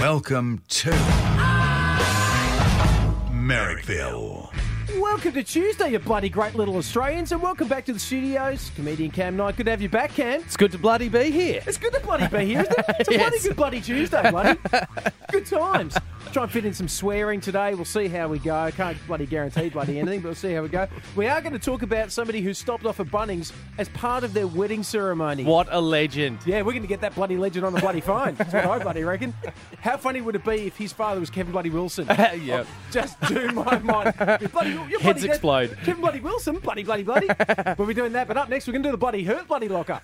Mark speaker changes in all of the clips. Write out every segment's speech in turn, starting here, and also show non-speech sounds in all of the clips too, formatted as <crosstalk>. Speaker 1: Welcome to Merrickville.
Speaker 2: Welcome to Tuesday, you bloody great little Australians, and welcome back to the studios. Comedian Cam Knight, good to have you back, Cam.
Speaker 3: It's good to bloody be here.
Speaker 2: It's good to bloody be here, isn't it?
Speaker 3: <laughs>
Speaker 2: It's a bloody
Speaker 3: Yes.
Speaker 2: good bloody
Speaker 3: <laughs>
Speaker 2: Tuesday, bloody. good times. Try and fit in some swearing today. We'll see how we go. Can't bloody guarantee bloody anything, but we'll see how we go. We are going to talk about somebody who stopped off at Bunnings as part of their wedding ceremony.
Speaker 3: What a legend.
Speaker 2: Yeah, we're going to get that bloody legend on the bloody phone. That's what I bloody reckon. How funny would it be if his father was Kevin
Speaker 3: <laughs>
Speaker 2: Bloody Wilson? Oh,
Speaker 3: Yep.
Speaker 2: Just do
Speaker 3: <laughs>
Speaker 2: my mind. You're bloody, you're bloody
Speaker 3: Heads
Speaker 2: dead.
Speaker 3: explode.
Speaker 2: Kevin Bloody Wilson, bloody, bloody, bloody. we'll be doing that. But up next, we're going to do the bloody hurt bloody locker.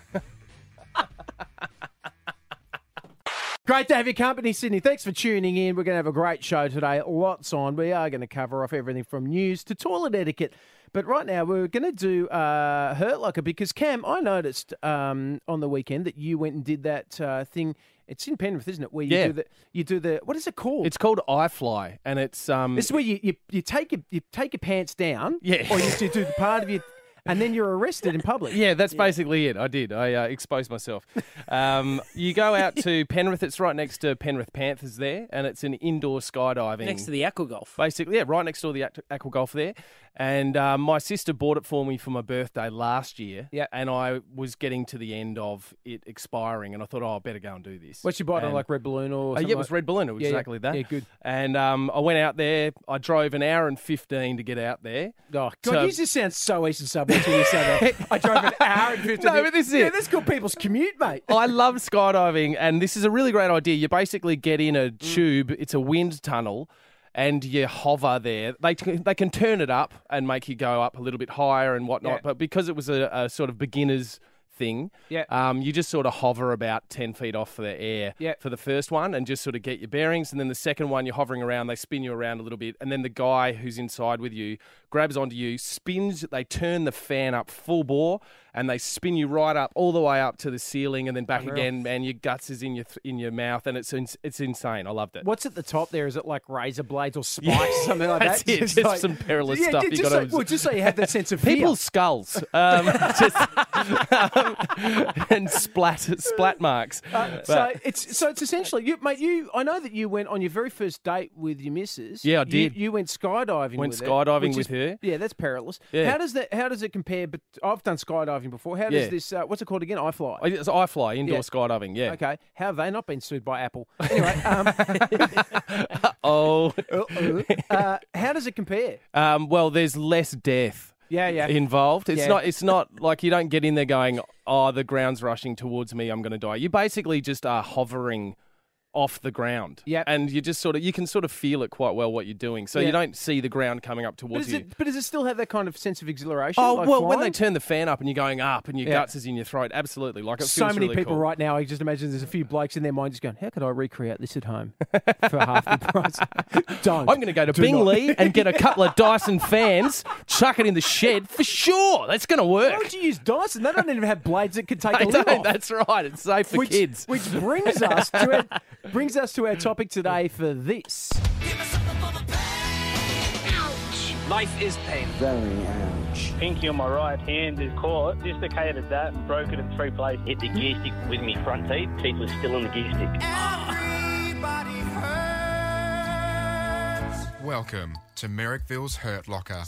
Speaker 2: Great to have your company, Sydney. Thanks for tuning in. We're going to have a great show today. Lots on. We are going to cover off everything from news to toilet etiquette. But right now, we're going to do uh, Hurt Locker because, Cam, I noticed um, on the weekend that you went and did that uh, thing. It's in Penrith, isn't it? Where you
Speaker 3: Yeah.
Speaker 2: do the you do the what is it called?
Speaker 3: It's called iFly, and it's um.
Speaker 2: This is where you, you, you take your you take your pants down,
Speaker 3: Yeah.
Speaker 2: or you, you do the part of your, and then you're arrested
Speaker 3: <laughs>
Speaker 2: in public.
Speaker 3: yeah, that's basically it. I did. I uh, exposed myself. Um, you go out to Penrith. It's right next to Penrith Panthers there, and it's an indoor skydiving.
Speaker 4: next to the aqua golf.
Speaker 3: Basically, yeah, right next door to the Aqu- Aqua Golf there. And um, my sister bought it for me for my birthday last year.
Speaker 2: Yeah.
Speaker 3: And I was getting to the end of it expiring, and I thought, oh, I better go and do this.
Speaker 2: What's your bite on
Speaker 3: And-
Speaker 2: like red balloon or?
Speaker 3: Uh,
Speaker 2: Something
Speaker 3: yeah, it was Red Balloon. It was
Speaker 2: Yeah, yeah.
Speaker 3: exactly that.
Speaker 2: Yeah, good.
Speaker 3: And um, I went out there. I drove an hour and 15 to get out there.
Speaker 2: Oh, God,
Speaker 3: So-
Speaker 2: you just sound so Eastern Suburbs when you say that. <laughs> I drove an hour and 15
Speaker 3: <laughs> No, but this is
Speaker 2: Yeah,
Speaker 3: it.
Speaker 2: that's called people's commute, mate.
Speaker 3: I love skydiving, and this is a really great idea. You basically get in
Speaker 2: Mm.
Speaker 3: a tube, it's a wind tunnel, and you hover there. They, t- they can turn it up and make you go up a little bit higher and whatnot,
Speaker 2: Yeah.
Speaker 3: but because it was a, a sort of beginner's thing,
Speaker 2: Yeah.
Speaker 3: um, you just sort of hover about 10 feet off the air
Speaker 2: Yeah.
Speaker 3: for the first one and just sort of get your bearings. And then the second one, you're hovering around, they spin you around a little bit. And then the guy who's inside with you grabs onto you, spins, they turn the fan up full bore and they spin you right up all the way up to the ceiling and then back again. Man, your guts is in your, th- in your mouth and it's, ins it's insane. I loved it.
Speaker 2: What's at the top there? Is it like razor blades or spikes or something like
Speaker 3: That's
Speaker 2: that?
Speaker 3: it, just some perilous
Speaker 2: yeah,
Speaker 3: stuff
Speaker 2: ju-
Speaker 3: you
Speaker 2: Just,
Speaker 3: gotta
Speaker 2: so,
Speaker 3: obs-
Speaker 2: well, just so you have
Speaker 3: <laughs>
Speaker 2: that sense of fear.
Speaker 3: People's
Speaker 2: <laughs>
Speaker 3: skulls um, <laughs> just, um, <laughs> and splat splat marks. But-
Speaker 2: Uh, so it's so it's essentially you, mate. You, I know that you went on your very first date with your missus.
Speaker 3: Yeah, I
Speaker 2: You-
Speaker 3: did.
Speaker 2: You, went skydiving.
Speaker 3: Went
Speaker 2: with her,
Speaker 3: skydiving
Speaker 2: which
Speaker 3: with her.
Speaker 2: Yeah, that's perilous.
Speaker 3: Yeah.
Speaker 2: How does that? How does it compare? But I've done skydiving before. How
Speaker 3: Yeah.
Speaker 2: does this? Uh, what's it called again? I fly.
Speaker 3: I- It's I fly indoor
Speaker 2: Yeah.
Speaker 3: skydiving. Yeah.
Speaker 2: Okay, how have they not been sued by Apple? Anyway,
Speaker 3: <laughs>
Speaker 2: um,
Speaker 3: Oh,
Speaker 2: <laughs> uh, how does it compare?
Speaker 3: <laughs> um, well, there's less death.
Speaker 2: Yeah, yeah.
Speaker 3: Involved. It's
Speaker 2: Yeah.
Speaker 3: not. It's not <laughs> like you don't get in there going, "Oh, the ground's rushing towards me. I'm going to die." You basically just are hovering off the ground.
Speaker 2: Yep.
Speaker 3: And you just sort of you can sort of feel it quite well what you're doing. So
Speaker 2: Yeah.
Speaker 3: you don't see the ground coming up
Speaker 2: But,
Speaker 3: towards
Speaker 2: is
Speaker 3: you.
Speaker 2: it, but does it still have that kind of sense of exhilaration?
Speaker 3: Oh
Speaker 2: like
Speaker 3: well, when they
Speaker 2: flying?
Speaker 3: turn the fan up and you're going up and your
Speaker 2: Yeah.
Speaker 3: guts is in your throat, absolutely. Like it
Speaker 2: so
Speaker 3: feels
Speaker 2: many
Speaker 3: really
Speaker 2: people
Speaker 3: cool.
Speaker 2: right now, I just imagine there's a few blokes in their mind just going, "How could I recreate this at home for half the price?"
Speaker 3: <laughs>
Speaker 2: Don't.
Speaker 3: I'm going to go to
Speaker 2: Do not.
Speaker 3: Bingley and get a couple
Speaker 2: <laughs>
Speaker 3: of Dyson fans, chuck it in the shed for sure. That's going to
Speaker 2: Why
Speaker 3: work.
Speaker 2: would you use Dyson? They don't even have blades that could take
Speaker 3: <laughs>
Speaker 2: a
Speaker 3: I
Speaker 2: lid
Speaker 3: don't.
Speaker 2: off.
Speaker 3: That's right. It's safe for
Speaker 2: which,
Speaker 3: kids.
Speaker 2: which
Speaker 3: <laughs>
Speaker 2: brings us to our, brings us to our topic today for this.
Speaker 4: Life is pain.
Speaker 5: pinky on my right hand is caught. Dislocated that and broke it in three places.
Speaker 6: hit the gear stick with my front teeth. Teeth was still on the gear stick. <laughs>
Speaker 7: Welcome to Merrickville's Hurt Locker.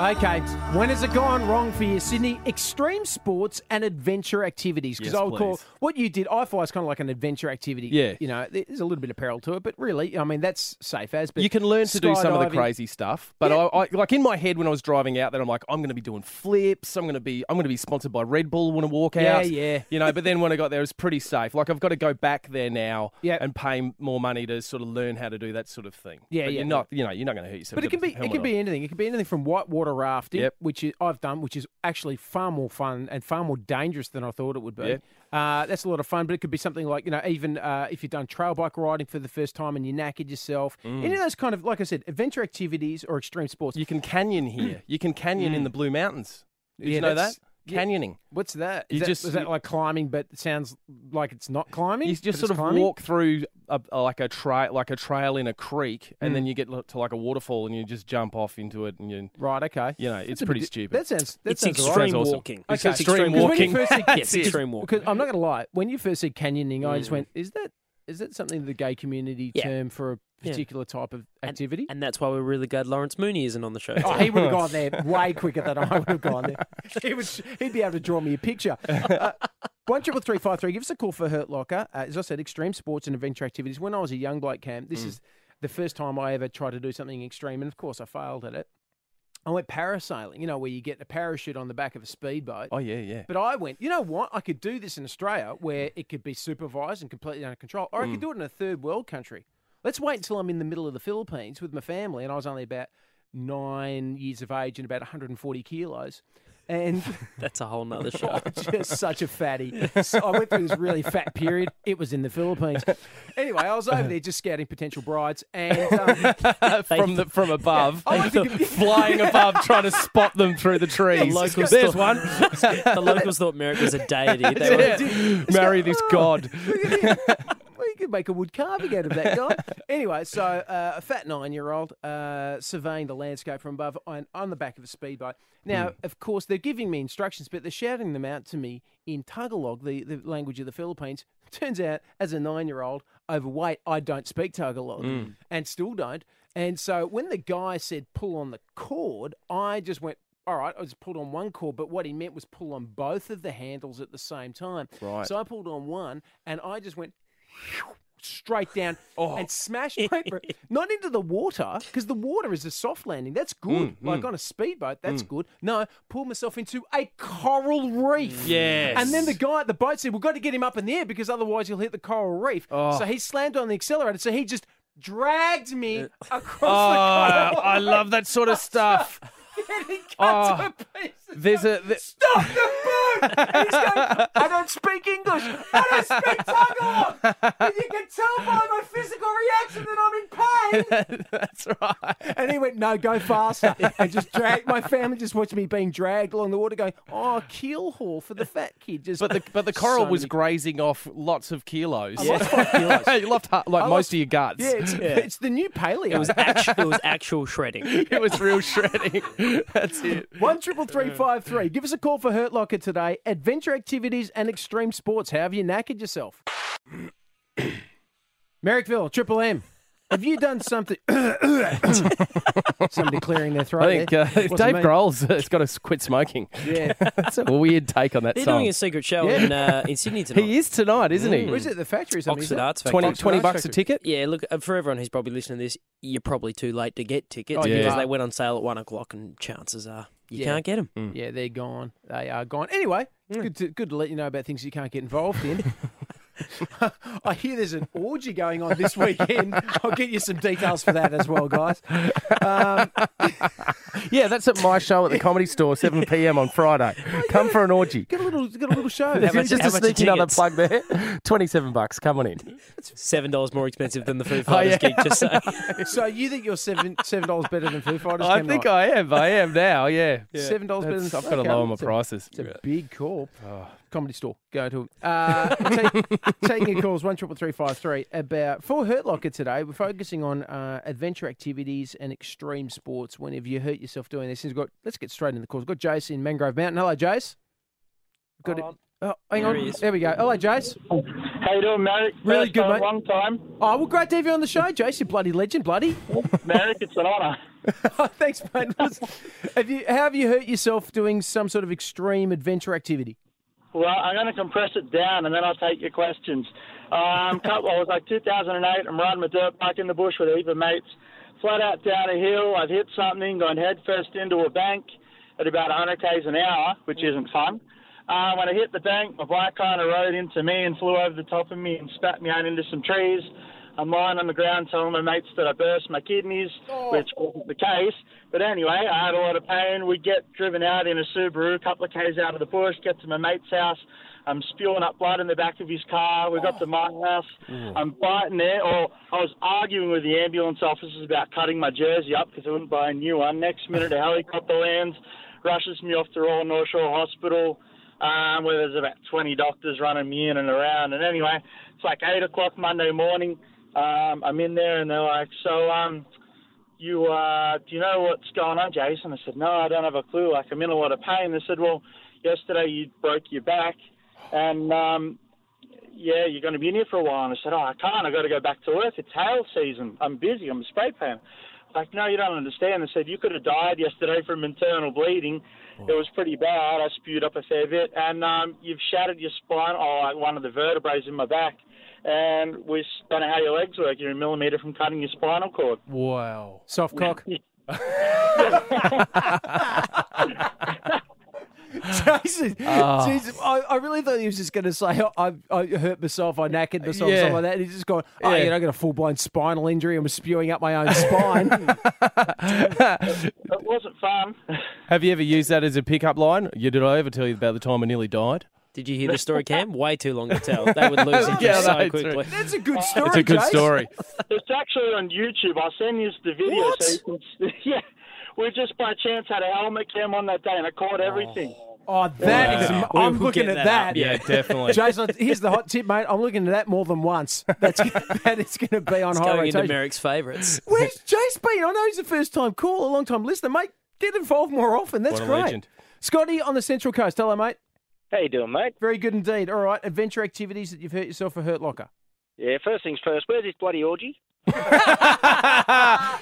Speaker 2: Okay, when has it gone wrong for you, Sydney? Extreme sports and adventure activities. Because
Speaker 3: Yes,
Speaker 2: I would call
Speaker 3: please.
Speaker 2: what you did, I fly is kind of like an adventure activity.
Speaker 3: Yeah.
Speaker 2: you know, there's a little bit of peril to it, but really, I mean, that's safe as. But
Speaker 3: you can learn to do some of the
Speaker 2: skydiving-
Speaker 3: crazy stuff, but
Speaker 2: Yeah.
Speaker 3: I, I, like in my head when I was driving out, that I'm like, I'm going to be doing flips. I'm going to be, I'm going to be sponsored by Red Bull when I walk
Speaker 2: Yeah,
Speaker 3: out.
Speaker 2: yeah.
Speaker 3: You know, but then when I got there, it was pretty safe. Like I've got to go back there now
Speaker 2: Yeah.
Speaker 3: and pay more money to sort of learn how to do that sort of thing.
Speaker 2: Yeah,
Speaker 3: but
Speaker 2: yeah.
Speaker 3: You're not, you know, you're not going to hurt yourself.
Speaker 2: But it
Speaker 3: You've
Speaker 2: can
Speaker 3: got
Speaker 2: be
Speaker 3: the
Speaker 2: it
Speaker 3: helmet
Speaker 2: can be anything. It can be anything from whitewater rafting,
Speaker 3: Yep.
Speaker 2: which is, I've done, which is actually far more fun and far more dangerous than I thought it would be.
Speaker 3: Yep.
Speaker 2: Uh, that's a lot of fun. But it could be something like you know, even uh, if you've done trail bike riding for the first time and you knackered yourself, any of those kind of like I said, adventure activities or extreme sports.
Speaker 3: on. Mm.
Speaker 2: Mm.
Speaker 3: You can canyon here. you can canyon in the Blue Mountains. Did
Speaker 2: Yeah,
Speaker 3: you know that?
Speaker 2: that's-
Speaker 3: Canyoning.
Speaker 2: What's that? Is
Speaker 3: You
Speaker 2: that,
Speaker 3: just-
Speaker 2: is that like climbing, but it sounds like it's not climbing.
Speaker 3: You
Speaker 2: but
Speaker 3: just
Speaker 2: it's
Speaker 3: sort of
Speaker 2: climbing?
Speaker 3: walk through a, a- like a trail, like a trail in a creek, and then you get lo- to like a waterfall, and you just jump off into it, and you,
Speaker 2: Right. Okay.
Speaker 3: you know,
Speaker 2: That's
Speaker 3: it's
Speaker 2: a
Speaker 3: pretty
Speaker 2: bit-
Speaker 3: stupid.
Speaker 2: That sounds. That
Speaker 4: It's
Speaker 2: sounds all right.
Speaker 4: extreme
Speaker 3: Sounds awesome.
Speaker 4: walking.
Speaker 3: It's
Speaker 4: Because
Speaker 3: extreme
Speaker 4: when you
Speaker 3: <laughs> walking.
Speaker 4: first-
Speaker 3: That's
Speaker 4: Yes,
Speaker 3: it.
Speaker 4: extreme walking.
Speaker 2: Because I'm not going to lie, when you first said canyoning, I just went, "Is that is it something the gay community
Speaker 8: Yeah.
Speaker 2: term for a
Speaker 8: Yeah. <laughs>
Speaker 2: particular type of activity?
Speaker 8: And that's why we're really glad Lawrence Mooney isn't on the show.
Speaker 2: Oh, he
Speaker 8: <laughs>
Speaker 2: would have gone there way quicker than I would have gone there. <laughs> He would, he'd be able to draw me a picture. Uh, One triple three five three. Give us a call for Hurt Locker. Uh, as I said, extreme sports and adventure activities. When I was a young bloke, Cam, this is the first time I ever tried to do something extreme, and of course I failed at it. I went parasailing. You know where you get a parachute on the back of a speedboat.
Speaker 3: Oh yeah,
Speaker 2: <laughs>
Speaker 3: yeah.
Speaker 2: But I went, you know what? I could do this in Australia where it could be supervised and completely under control, or I
Speaker 8: Mm.
Speaker 2: could do it in a third world country. Let's wait until I'm in the middle of the Philippines with my family, and I was only about nine years of age and about 140 kilos. And
Speaker 8: <laughs>
Speaker 2: Oh,
Speaker 8: That's a
Speaker 2: <laughs>
Speaker 8: whole nother show.
Speaker 2: just such
Speaker 8: <laughs>
Speaker 2: a fatty. So I went through this really fat period. It was in the Philippines. Anyway, I was over there just scouting potential brides, and um,
Speaker 8: <laughs>
Speaker 3: from the from above,
Speaker 2: Oh, I went to-
Speaker 3: flying
Speaker 2: <laughs>
Speaker 3: above, trying to spot them through the trees.
Speaker 8: locals
Speaker 3: There's
Speaker 8: thought-
Speaker 3: one.
Speaker 8: the locals thought Merrick was a <laughs>
Speaker 2: <laughs>
Speaker 8: deity. <laughs> They were,
Speaker 3: Yeah. Marry this god.
Speaker 2: Well, you could make a wood carving out of that guy. anyway, so uh, a fat nine-year-old uh, surveying the landscape from above on, on the back of a speedboat. Now, of course, they're giving me instructions, but they're shouting them out to me in Tagalog, the, the language of the Philippines. <laughs> Turns out, as a nine-year-old, overweight, I don't speak Tagalog, and still don't. And so when the guy said pull on the cord, I just went. All right, I just pulled on one cord, but what he meant was pull on both of the handles at the same time.
Speaker 3: Right.
Speaker 2: So I pulled on one, and I just went straight down
Speaker 3: Oh.
Speaker 2: and
Speaker 3: <laughs>
Speaker 2: smashed paper, not into the water because the water is a soft landing. That's
Speaker 3: Mm,
Speaker 2: good. like on a speedboat, that's good. No, pulled myself into a coral reef.
Speaker 3: Yes.
Speaker 2: And then the guy at the boat said, "We've got to get him up in the air because otherwise he'll hit the coral reef."
Speaker 3: Oh.
Speaker 2: So he slammed on the accelerator. So he just dragged me
Speaker 3: Oh,
Speaker 2: across
Speaker 3: I love that sort of stuff.
Speaker 2: the coral. <laughs> and he cut
Speaker 3: Oh.
Speaker 2: to pieces.
Speaker 3: There's a th-
Speaker 2: Stop the boat! And he's going, I don't speak English. I don't speak Tagalog. And you can tell by my physical reaction that I'm in pain.
Speaker 3: that's right.
Speaker 2: And he went, no, go faster. And just dragged my family just watched me being dragged along the water, going, oh, keel haul for the fat kid. Just
Speaker 3: But the but
Speaker 2: <laughs>
Speaker 3: the coral
Speaker 2: So
Speaker 3: was
Speaker 2: many-
Speaker 3: grazing off lots of kilos.
Speaker 2: lost five
Speaker 3: <laughs>
Speaker 2: kilos.
Speaker 3: you lost ha- like
Speaker 2: I
Speaker 3: most
Speaker 2: lost-
Speaker 3: of your guts.
Speaker 2: Yeah, it's, it's the new paleo.
Speaker 8: it was actual, it was actual shredding.
Speaker 3: <laughs> It was real shredding. <laughs> That's it.
Speaker 2: <laughs> One triple three five three. Give us a call for Hurt Locker today. Adventure activities and extreme sports. How have you knackered yourself? Merrickville, Triple M. Have you done something? <coughs> Somebody clearing their throat.
Speaker 3: I think uh,
Speaker 2: there. Wasn't
Speaker 3: Dave
Speaker 2: me.
Speaker 3: Grohl's has got to quit smoking.
Speaker 2: Yeah.
Speaker 3: <laughs> That's a weird take on that
Speaker 8: They're
Speaker 3: song.
Speaker 8: doing a secret show in, uh, in
Speaker 3: <laughs>
Speaker 8: Sydney tonight. Mm.
Speaker 3: he is tonight, isn't he?
Speaker 2: Where is it? The factory? Is
Speaker 8: Oxford Arts Factory.
Speaker 3: 20,
Speaker 2: Oxford
Speaker 3: 20
Speaker 2: Arts
Speaker 3: bucks a
Speaker 2: Factory.
Speaker 3: ticket?
Speaker 8: Yeah, look, uh, for everyone who's probably listening to this, you're probably too late to get tickets
Speaker 2: Oh, yeah.
Speaker 8: because
Speaker 2: Yeah.
Speaker 8: they went on sale at one o'clock, and chances are you
Speaker 2: Yeah.
Speaker 8: can't get them.
Speaker 3: Mm.
Speaker 2: Yeah, they're gone. They are gone. Anyway, it's good to good to let you know about things you can't get involved
Speaker 8: <laughs>
Speaker 2: in. <laughs> I hear there's an orgy going on this weekend. I'll get you some details for that as well, guys.
Speaker 3: Yeah, that's at my show at the Comedy Store, 7 p.m. on Friday. Come for an orgy.
Speaker 2: Get a little, get a little show.
Speaker 8: How much-
Speaker 3: Just
Speaker 8: how
Speaker 3: to
Speaker 8: much are
Speaker 3: sneak another
Speaker 8: tickets?
Speaker 3: plug there. <laughs> 27 bucks. Come on in. Oh,
Speaker 8: Seven dollars more expensive than the
Speaker 3: <laughs>
Speaker 8: Foo Fighters
Speaker 3: yeah.
Speaker 8: gig. Just
Speaker 3: <laughs>
Speaker 8: say.
Speaker 2: So you think you're seven seven dollars better than Foo Fighters?
Speaker 3: I
Speaker 2: Cam
Speaker 3: think
Speaker 2: Knight?
Speaker 3: I am. I am now,
Speaker 2: <laughs>
Speaker 3: yeah.
Speaker 2: seven dollars better
Speaker 3: That's-
Speaker 2: than
Speaker 3: I've got to
Speaker 2: okay,
Speaker 3: lower my
Speaker 2: it's a-
Speaker 3: prices. Oh.
Speaker 2: It's a big call. Comedy store, go to it. Uh, take, <laughs> taking your calls one triple three five three about for Hurt Locker today. We're focusing on uh, adventure activities and extreme sports. Whenever you hurt yourself doing this, we've got let's get straight into the calls. We've got Jace in Mangrove Mountain. Hello, Jace. We've Got it. Oh, hang on.
Speaker 8: There he is.
Speaker 2: There we go. Hello, Jace.
Speaker 5: How you doing, Merrick?
Speaker 2: Really
Speaker 5: First
Speaker 2: good,
Speaker 5: time,
Speaker 2: mate.
Speaker 5: Long time.
Speaker 2: Oh, well, great to have you on the show, Jace. You bloody legend, bloody.
Speaker 5: Merrick, it's an honour.
Speaker 2: Oh, <laughs> thanks, mate. Listen, have you, how have you hurt yourself doing some sort of extreme adventure activity?
Speaker 5: Well, I'm going to compress it down and then I'll take your questions. Um, couple, I was like 2008, I'm riding my dirt bike in the bush with a heap of mates. Flat out down a hill, I've hit something, gone headfirst into a bank at about 100 k's an hour, which isn't fun. Uh, when I hit the bank, my bike kind of rode into me and flew over the top of me and spat me out into some trees. I'm lying on the ground telling my mates that I burst my kidneys, which wasn't the case. But anyway, I had a lot of pain. We get driven out in a Subaru, a couple of k's out of the bush, get to my mate's house. I'm spewing up blood in the back of his car. We got to my house.
Speaker 9: Mm.
Speaker 5: I'm fighting there, or I was arguing with the ambulance officers about cutting my jersey up because I wouldn't buy a new one. Next minute, a helicopter lands, rushes me off to Royal North Shore Hospital um, where there's about 20 doctors running me in and around. And anyway, it's like 8 o'clock Monday morning. Um, I'm in there and they're like, so um, you uh, do you know what's going on, Jason? I said, no, I don't have a clue. Like, I'm in a lot of pain. They said, well, yesterday you broke your back and um, yeah, you're going to be in here for a while. And I said, oh, I can't. i got to go back to work. It's hail season. I'm busy. I'm a spray painter. Like, no, you don't understand. I said, you could have died yesterday from internal bleeding. It was pretty bad. I spewed up a fair bit. And um, you've shattered your spine, or like one of the vertebrae in my back. And we don't know how your legs work. You're a millimetre from cutting your spinal cord.
Speaker 3: Wow.
Speaker 2: Soft
Speaker 8: <laughs>
Speaker 2: cock. Jason, <laughs> Jesus, I, I really thought he was just going to say, "Oh, I, I hurt myself, I knackered myself,
Speaker 3: Yeah.
Speaker 2: something like that. And he's just going, oh,
Speaker 3: Yeah.
Speaker 2: you know, I got a full blown spinal injury and was spewing up my own <laughs> spine.
Speaker 5: It wasn't fun.
Speaker 3: Have you ever used that as a pickup line? Yeah, did I ever tell you about the time I nearly died?
Speaker 8: Did you hear the story,
Speaker 3: <laughs>
Speaker 8: Cam? Way too long to tell. They would
Speaker 2: <laughs>
Speaker 8: lose it
Speaker 3: Yeah,
Speaker 8: so
Speaker 3: that's
Speaker 8: quickly.
Speaker 2: That's a good story.
Speaker 3: It's a good
Speaker 2: Jason.
Speaker 3: story.
Speaker 5: It's actually on YouTube. I'll send you the video. So you can,
Speaker 10: <laughs>
Speaker 5: yeah, we just by chance had a helmet cam on that day, and I caught everything.
Speaker 2: Oh, that is
Speaker 8: Wow. We'll-
Speaker 2: I'm
Speaker 8: we'll
Speaker 2: looking
Speaker 8: get
Speaker 2: at
Speaker 8: that
Speaker 2: that.
Speaker 8: up,
Speaker 3: Yeah, definitely.
Speaker 2: Jason, here's the hot tip, mate. I'm looking at that more than once. That's <laughs> that is going to be on
Speaker 8: It's
Speaker 2: high
Speaker 8: going into
Speaker 2: rotation.
Speaker 8: Merrick's favourites.
Speaker 2: Where's Jace been? I know he's a first time call, a long time listener, mate. Get involved more often. That's
Speaker 3: What a
Speaker 2: great.
Speaker 3: legend.
Speaker 2: Scotty on the Central Coast. Hello, mate.
Speaker 6: How you doing, mate?
Speaker 2: Very good indeed. All right, adventure activities that you've hurt yourself or hurt locker.
Speaker 6: Yeah, first things first. Where's this bloody orgy?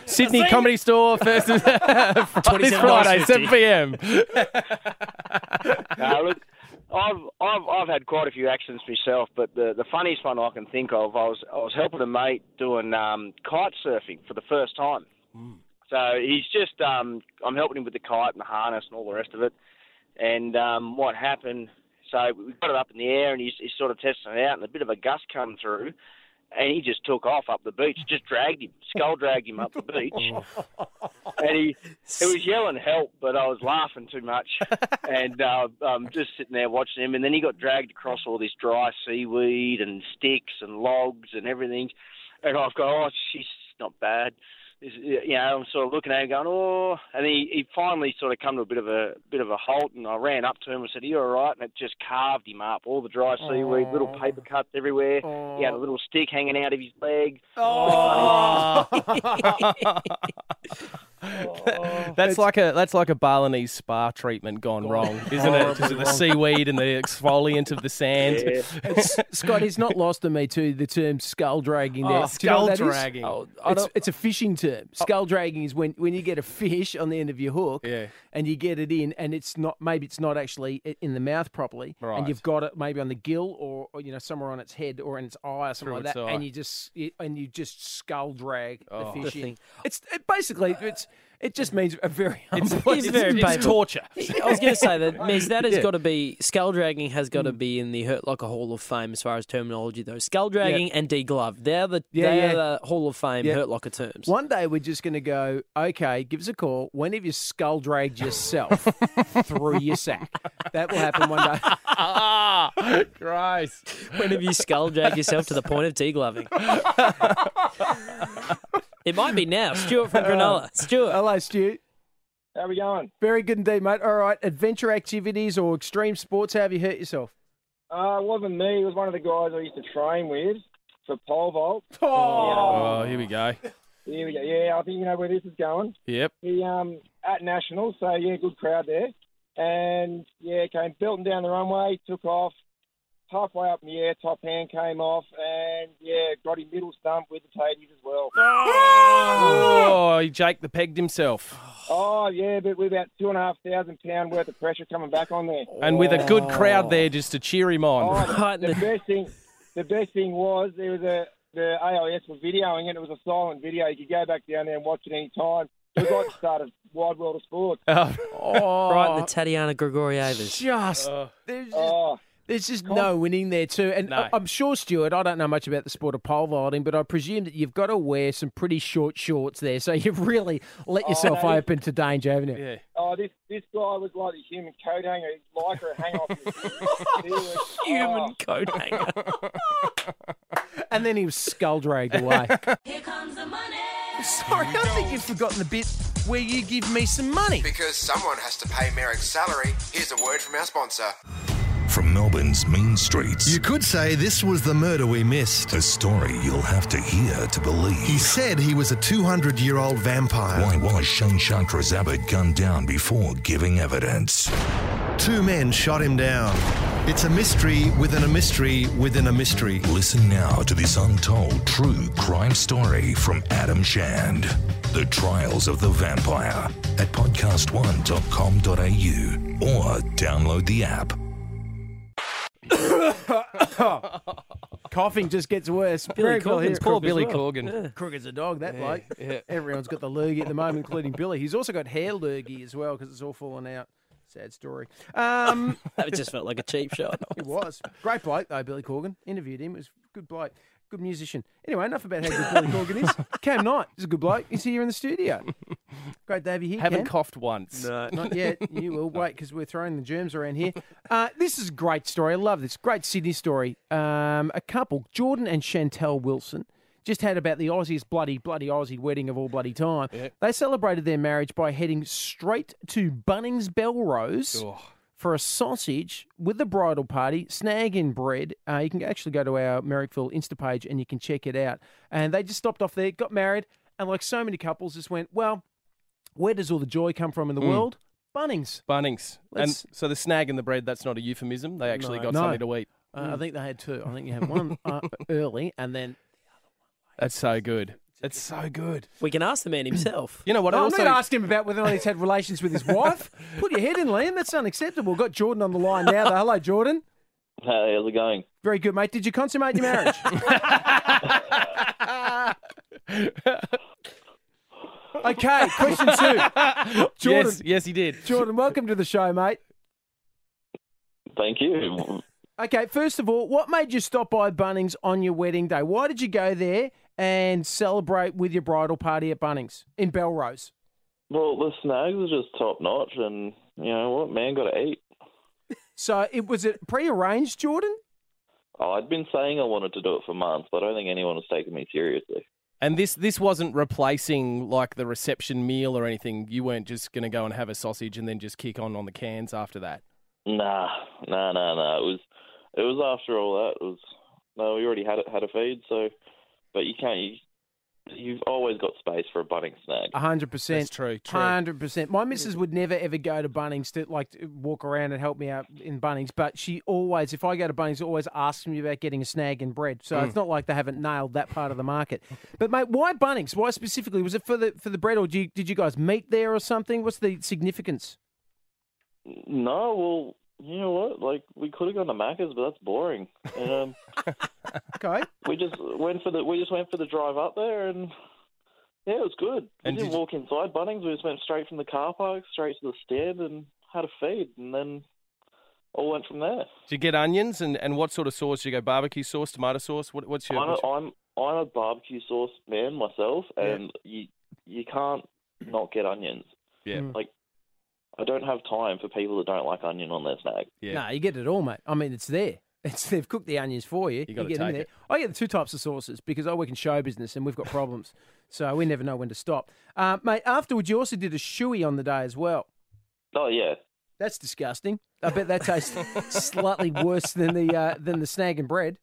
Speaker 3: Sydney Comedy Store, first
Speaker 8: <laughs>
Speaker 3: of this <laughs> Friday, 7
Speaker 2: <laughs>
Speaker 3: p.m.
Speaker 6: No, look, I've, I've I've had quite a few accidents myself, but the the funniest one I can think of, I was I was helping a mate doing um, kite surfing for the first time. So he's just um, I'm helping him with the kite and the harness and all the rest of it. And um, what happened? So we got it up in the air, and he's, he's sort of testing it out, and a bit of a gust come through, and he just took off up the beach, just dragged him, skull dragged him up the beach, and he he was yelling help, but I was laughing too much, and uh, um, just sitting there watching him. And then he got dragged across all this dry seaweed and sticks and logs and everything, and I've gone, oh, she's not bad. Is- You know, I'm sort of looking at him, going, "Oh," and he, he finally sort of come to a bit of a bit of a halt, and I ran up to him and said, "Are you all right?" And it just carved him up, all the dry seaweed, little paper cuts everywhere. He
Speaker 2: Oh.
Speaker 6: had a little stick hanging out of his leg.
Speaker 2: Oh. Oh,
Speaker 3: That's like a that's like a Balinese spa treatment gone wrong, isn't it? Just the seaweed and the exfoliant of
Speaker 8: <laughs>
Speaker 3: the sand.
Speaker 2: <laughs> Scott, it's not lost on me too the term skull dragging. There,
Speaker 3: Oh,
Speaker 2: Do you know
Speaker 3: skull
Speaker 2: what that is?
Speaker 3: dragging.
Speaker 8: Oh, I
Speaker 2: It's,
Speaker 8: don't,
Speaker 2: it's a fishing term. Skull dragging is when, when you get a fish on the end of your hook
Speaker 3: Yeah.
Speaker 2: and you get it in and it's not maybe it's not actually i- in the mouth properly
Speaker 3: Right.
Speaker 2: and you've got it maybe on the gill or, or you know somewhere on its head or in its eye or something
Speaker 3: Through
Speaker 2: like
Speaker 3: its
Speaker 2: that
Speaker 3: eye. Oh.
Speaker 2: and you just you- and you just skull drag the fish in.
Speaker 8: thing.
Speaker 2: It's it basically it's it just means a Oh, very <laughs>
Speaker 8: It's very painful.
Speaker 3: torture.
Speaker 8: I was going to say that, Miz, that has got to be, skull dragging has
Speaker 2: Hmm.
Speaker 8: got to be in the Hurt Locker Hall of Fame as far as terminology, though. Skull dragging and deglove, they're the,
Speaker 2: Yeah,
Speaker 8: they're
Speaker 2: yeah.
Speaker 8: the Hall of Fame Hurt Locker terms.
Speaker 2: One day we're just going to go, okay, give us a call. When have you skull dragged yourself through your sack? That will
Speaker 8: <laughs>
Speaker 2: happen one day.
Speaker 3: Ah, Christ.
Speaker 8: When have you skull dragged yourself to the point of
Speaker 2: <laughs>
Speaker 8: degloving? it might be now. Stuart from
Speaker 2: <laughs>
Speaker 8: Granola. Stuart.
Speaker 2: Hello, Stu.
Speaker 5: How we going?
Speaker 2: Very good indeed, mate. All right, adventure activities or extreme sports. How have you hurt yourself?
Speaker 5: Uh, it wasn't me. It was one of the guys I used to train with for pole vault.
Speaker 3: <laughs> Oh, here we go.
Speaker 5: Here we go. Yeah, I think you know where this is going.
Speaker 3: Yep.
Speaker 5: He um at nationals, so yeah, good crowd there. And yeah, came belting down the runway, took off halfway up in the air, top hand came off, and yeah, got him middle stump with the taties as well.
Speaker 3: Oh, he Jake the pegged himself.
Speaker 5: Oh yeah, but with about two and a half thousand pound worth of pressure coming back on there.
Speaker 3: And with a good crowd
Speaker 2: Oh.
Speaker 3: there just to cheer him
Speaker 8: <laughs>
Speaker 3: on.
Speaker 8: Right in
Speaker 5: the
Speaker 8: the-
Speaker 5: best thing, the best thing was there was a the AIS were videoing it. It was a silent video. You could go back down there and watch it any time. We got started wide world of sports.
Speaker 8: right in the Tatiana Grigorievas.
Speaker 2: Oh. Just there's just,
Speaker 5: Oh,
Speaker 2: there's just no winning there too. And I, am sure, Stuart. I don't know much about the sport of pole vaulting, but I presume that you've got to wear some pretty short shorts there, so you've really let yourself open to danger, haven't you?
Speaker 3: Yeah.
Speaker 5: oh, this this guy was like a human coat hanger, like a hang off.
Speaker 8: <laughs>
Speaker 5: He was-
Speaker 8: Human coat hanger.
Speaker 2: <laughs> And then he was skull dragged away.
Speaker 11: Here comes the money.
Speaker 2: Sorry, I think you've forgotten the bit where you give me some money.
Speaker 7: Because someone has to pay Merrick's salary, here's a word from our sponsor.
Speaker 1: From Melbourne's mean streets,
Speaker 12: You could say this was the murder we missed.
Speaker 1: a story you'll have to hear to
Speaker 12: He
Speaker 1: believe.
Speaker 12: said he was a 200 year old vampire.
Speaker 1: Why was Shane Chantras Abbott gunned down before giving evidence?
Speaker 12: Two men shot him down. It's a mystery within a mystery within a mystery.
Speaker 1: Listen now to this untold true crime story from Adam Shand The Trials of the Vampire at podcast1.com.au or download the app.
Speaker 2: <laughs> Coughing just gets worse.
Speaker 8: Billy
Speaker 2: Very well here
Speaker 8: Corgan's
Speaker 2: at
Speaker 8: poor
Speaker 2: Crook as
Speaker 8: Billy
Speaker 2: well.
Speaker 3: Corgan.
Speaker 2: Crook as a dog, that bloke. <laughs> Everyone's got the lurgy at the moment, including Billy. He's also got hair lurgy as well because it's all fallen out. Sad story. Um,
Speaker 8: <laughs> That just felt like a cheap shot.
Speaker 2: <laughs> it was. Great bloke, though, Billy Corgan. Interviewed him. It was a good bloke. Good musician. Anyway, enough about how good Billy
Speaker 8: <laughs>
Speaker 2: Corgan is. Cam Knight is a good bloke. He's here in the studio. Great to have you here,
Speaker 3: Haven't
Speaker 2: Cam.
Speaker 3: coughed once. <laughs>
Speaker 2: <laughs> Not yet. You will wait because we're throwing the germs around here. Uh, this is a great story. I love this. Great Sydney story. Um, a couple, Jordan and Chantel Wilson, just had about the Aussies' bloody, bloody Aussie wedding of all bloody time. They celebrated their marriage by heading straight to Bunnings Belrose. For a sausage with the bridal party, snag in bread. Uh, you can actually go to our Merrickville Insta page and you can check it out. And they just stopped off there, got married, and like so many couples, just went, well, where does all the joy come from in
Speaker 3: Hmm.
Speaker 2: the world? Bunnings.
Speaker 3: Bunnings.
Speaker 2: Let's-
Speaker 3: And so the snag in the bread, that's not a euphemism. They actually
Speaker 2: No.
Speaker 3: got
Speaker 2: No.
Speaker 3: something to eat. Hmm.
Speaker 2: Uh, I think they had two. I think you had <laughs> one uh, early and then.
Speaker 3: That's so good. It's so good.
Speaker 8: We can ask the man
Speaker 2: <clears throat>
Speaker 8: himself.
Speaker 3: You know what? I
Speaker 2: No, I'm not
Speaker 3: also,
Speaker 2: going to ask him about whether or not he's had relations with his
Speaker 3: <laughs>
Speaker 2: wife. Put your head in, Liam. That's unacceptable. Got Jordan on the line now. Though. Hello, Jordan.
Speaker 11: Hey, how's it going?
Speaker 2: Very good, mate. Did you consummate
Speaker 3: <laughs>
Speaker 2: your marriage? okay, question two. Jordan.
Speaker 3: Yes, yes, he did.
Speaker 2: Jordan, welcome to the show, mate.
Speaker 11: Thank you.
Speaker 2: Okay, first of all, what made you stop by Bunnings on your wedding day? Why did you go there and celebrate with your bridal party at Bunnings in Belrose?
Speaker 11: Well, the snags are just top notch, and you know what, man, got to eat.
Speaker 2: So it was it pre-arranged, Jordan?
Speaker 11: Oh, I'd been saying I wanted to do it for months, but I don't think anyone has taken me seriously.
Speaker 3: And this this wasn't replacing like the reception meal or anything. You weren't just going to go and have a sausage and then just kick on on the cans after that.
Speaker 11: Nah, nah, nah, nah. It was, it was after all that. It was no, we already had it, had a feed, so. But you can't. You, you've always got space for a budding snag.
Speaker 2: A hundred percent.
Speaker 3: That's true, true.
Speaker 2: Hundred percent. My missus would never ever go to Bunnings to like to walk around and help me out in Bunnings, but she always, if I go to Bunnings, always asks me about getting a snag and bread. So
Speaker 3: Mm.
Speaker 2: it's not like they haven't nailed that part of the market. But mate, why Bunnings? Why specifically? Was it for the for the bread, or did you, did you guys meet there or something? What's the significance?
Speaker 11: No, well, you know what? Like we could have gone to Macca's, but that's boring. And, um,
Speaker 2: Okay.
Speaker 11: we just went for the we just went for the drive up there and yeah, it was good. We didn't
Speaker 3: And did you-
Speaker 11: walk inside Bunnings. We just went straight from the car park straight to the stand and had a feed, and then all went from there.
Speaker 3: Do you get onions and, and what sort of sauce? Do you go barbecue sauce, tomato sauce? What, what's your?
Speaker 11: I'm,
Speaker 3: what's
Speaker 11: a,
Speaker 3: your-
Speaker 11: I'm I'm a barbecue sauce man myself, and you you can't not get onions.
Speaker 3: Yeah.
Speaker 11: like I don't have time for people that don't like onion on their snack.
Speaker 3: yeah.
Speaker 2: No, you get it all, mate. I mean, it's there. <laughs> It's they've cooked the onions for you.
Speaker 3: You gotta
Speaker 2: get in
Speaker 3: take
Speaker 2: there.
Speaker 3: it.
Speaker 2: I get the two types of sauces because I work in show business and we've got problems, so we never know when to stop. Uh, mate, afterwards you also did a shoey on the day as well.
Speaker 11: Oh yeah,
Speaker 2: That's disgusting. I bet that tastes slightly worse than the uh, than the snag and bread.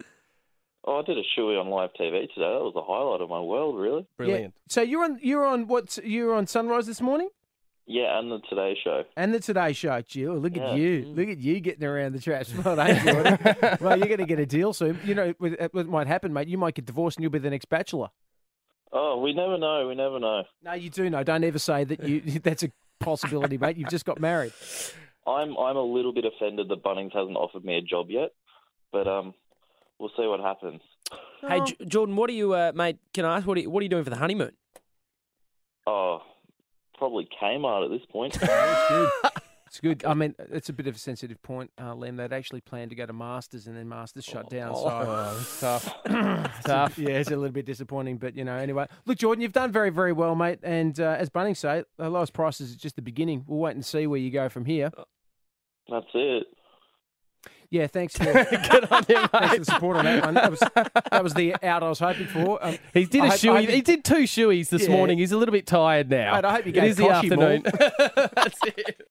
Speaker 11: oh I did a shoey on live TV today. That was the highlight of my world, really.
Speaker 2: Yeah.
Speaker 3: Brilliant.
Speaker 2: So you're on you're on what you're on Sunrise this morning
Speaker 11: Yeah, and the Today Show.
Speaker 2: and the Today Show. Jill, look
Speaker 11: Yeah.
Speaker 2: at you, look at you getting around the traps. <laughs> Well, done, Jordan. well, you're going to get a deal soon. You know what what might happen, mate. You might get divorced and you'll be the next bachelor.
Speaker 11: Oh, we never know. We never know.
Speaker 2: No, you do know. Don't ever say that you. <laughs> That's a possibility, mate. You've just got married.
Speaker 11: I'm I'm a little bit offended that Bunnings hasn't offered me a job yet, but um, we'll see what happens.
Speaker 8: Hey, J- Jordan, what are you, uh, mate? Can I ask what are you, what are you doing for the honeymoon?
Speaker 11: Oh, probably Kmart at this point.
Speaker 2: It's good. I mean, it's a bit of a sensitive point, uh, Liam. They'd actually planned to go to Masters and then Masters shut down. <laughs> So
Speaker 3: Oh,
Speaker 2: <coughs>
Speaker 3: Tough. Tough.
Speaker 2: yeah, it's a little bit disappointing. But you know, anyway, look, Jordan, you've done very, very well, mate. And uh, as Bunnings say, the lowest prices is just the beginning. We'll wait and see where you go from here.
Speaker 11: That's it.
Speaker 2: Yeah, thanks.
Speaker 3: <laughs>
Speaker 2: For, <laughs> good on you, mate. Thanks for the support on that one. That was, that was the out I was hoping for. Um,
Speaker 3: He did a
Speaker 2: I hope- I
Speaker 3: shoey.
Speaker 2: hope-
Speaker 3: He did two shoeys this
Speaker 2: Yeah.
Speaker 3: morning. He's a little bit tired now.
Speaker 2: Mate, I hope you
Speaker 3: it
Speaker 2: gave
Speaker 3: is the
Speaker 2: Koshy more.
Speaker 3: <laughs>
Speaker 2: <laughs>
Speaker 3: afternoon. That's it.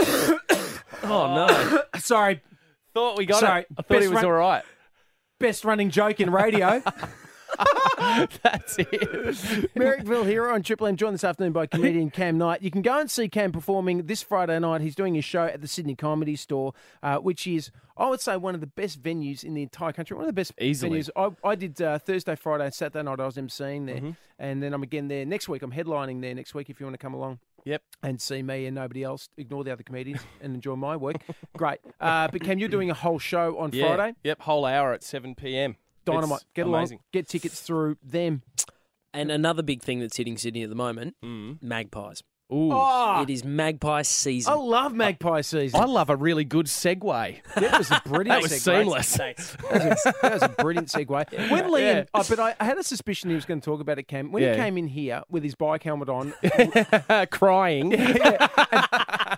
Speaker 8: <coughs> Oh no!
Speaker 2: <coughs> Sorry,
Speaker 3: Thought we got
Speaker 2: Sorry.
Speaker 3: it. I thought
Speaker 2: Best
Speaker 3: he was
Speaker 2: run-
Speaker 3: all right. <laughs>
Speaker 2: best running joke in radio.
Speaker 3: That's it.
Speaker 2: <laughs> Merrickville here on Triple M, joined this afternoon
Speaker 3: <laughs>
Speaker 2: by comedian Cam Knight. You can go and see Cam performing this Friday night. He's doing his show at the Sydney Comedy Store, uh, which is, I would say, one of the best venues in the entire country. One of the best
Speaker 3: Easily.
Speaker 2: venues. I, I did uh, Thursday, Friday, and Saturday night. I was emceeing
Speaker 3: Mm-hmm.
Speaker 2: there, and then I'm again there next week. I'm headlining there next week. If you want to come along.
Speaker 3: Yep.
Speaker 2: And see me and nobody else. Ignore the other comedians and enjoy my work. <laughs> Great. Uh, but Cam, you're doing a whole show on
Speaker 3: Yeah.
Speaker 2: Friday.
Speaker 3: Yep, whole hour at 7 p.m.
Speaker 2: Dynamite.
Speaker 3: It's
Speaker 2: Get
Speaker 3: amazing.
Speaker 2: along. Get tickets through them.
Speaker 8: And another big thing that's hitting Sydney at the moment magpies.
Speaker 3: Ooh.
Speaker 2: Ah.
Speaker 8: It is magpie season.
Speaker 2: Mm. I love magpie season.
Speaker 3: I love a really good segue.
Speaker 2: <laughs> That was a brilliant
Speaker 3: <laughs> That was
Speaker 2: segue.
Speaker 3: seamless.
Speaker 2: That was, a, that was a
Speaker 8: <laughs>
Speaker 2: brilliant segue. When Liam,
Speaker 3: Yeah.
Speaker 2: oh, but I, I had a suspicion he was going to talk about it, Cam. When
Speaker 3: Yeah.
Speaker 2: he came in here with his bike
Speaker 3: <laughs>
Speaker 2: helmet on
Speaker 3: Crying.
Speaker 2: and, <laughs>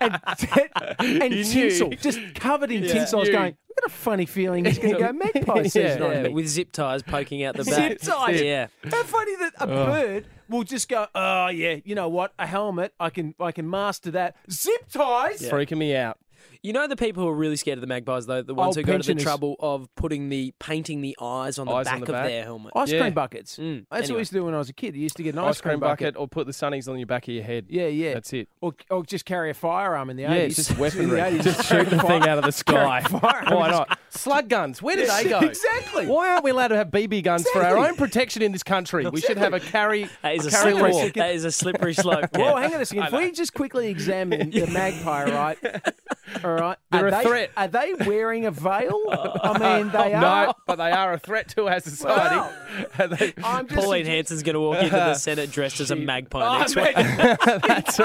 Speaker 2: and
Speaker 3: <laughs> You knew.
Speaker 2: tinsel, just covered in
Speaker 3: Yeah.
Speaker 2: tinsel, I was
Speaker 3: You-
Speaker 2: going, I've got a funny feeling he's
Speaker 3: <laughs>
Speaker 2: going to go
Speaker 3: Oh,
Speaker 2: magpie season on
Speaker 8: Yeah,
Speaker 2: me.
Speaker 8: with zip ties poking out the back.
Speaker 2: Zip ties.
Speaker 8: Yeah.
Speaker 2: How funny that a bird will just go, oh, yeah, you know what, a helmet, I can I can master that. Zip ties?
Speaker 3: Freaking me out.
Speaker 8: You know the people who are really scared of the magpies though, the ones
Speaker 2: Oh,
Speaker 8: who go to the
Speaker 2: pensioners.
Speaker 8: trouble of putting the painting the eyes on the
Speaker 3: Eyes
Speaker 8: back
Speaker 3: on the
Speaker 8: of
Speaker 3: back.
Speaker 8: their helmet.
Speaker 2: Ice
Speaker 3: Yeah.
Speaker 2: cream buckets.
Speaker 8: Mm,
Speaker 2: That's what
Speaker 8: anyway.
Speaker 2: we used to do when I was a kid. You used to get an
Speaker 3: Ice cream bucket or put the sunnies on your back of your head.
Speaker 2: Yeah, yeah.
Speaker 3: That's it.
Speaker 2: Or, or just carry a firearm in the
Speaker 3: Yeah,
Speaker 2: 80s.
Speaker 3: it's just
Speaker 2: <laughs> In the
Speaker 3: weaponry.
Speaker 2: 80s,
Speaker 3: just shoot <laughs> the
Speaker 2: carry a
Speaker 3: thing
Speaker 2: fire-
Speaker 3: <laughs> out of the sky.
Speaker 2: fire-
Speaker 3: Why not? Slug guns. Where did <laughs> they go?
Speaker 2: Exactly.
Speaker 3: Why aren't we allowed to have BB guns for our
Speaker 2: Exactly.
Speaker 3: own protection in this country? We should have a <laughs> carry
Speaker 8: <laughs> That is a
Speaker 3: carry
Speaker 8: slippery,
Speaker 3: law.
Speaker 8: that is a
Speaker 2: <laughs>
Speaker 8: slippery slope.
Speaker 2: Well,
Speaker 8: yeah.
Speaker 2: hang on a second. If we just quickly
Speaker 8: <laughs>
Speaker 2: examine the magpie, right? All right.
Speaker 3: They're
Speaker 2: are
Speaker 3: a
Speaker 2: they,
Speaker 3: threat.
Speaker 2: Are they wearing a veil? I
Speaker 3: <laughs>
Speaker 2: mean, they
Speaker 3: No,
Speaker 2: are.
Speaker 3: but they are a threat to our society. <laughs> And they-
Speaker 2: I'm just
Speaker 8: Pauline Hanson's going to walk into
Speaker 3: <laughs>
Speaker 8: the Senate dressed as a magpie next week.
Speaker 3: Oh, That's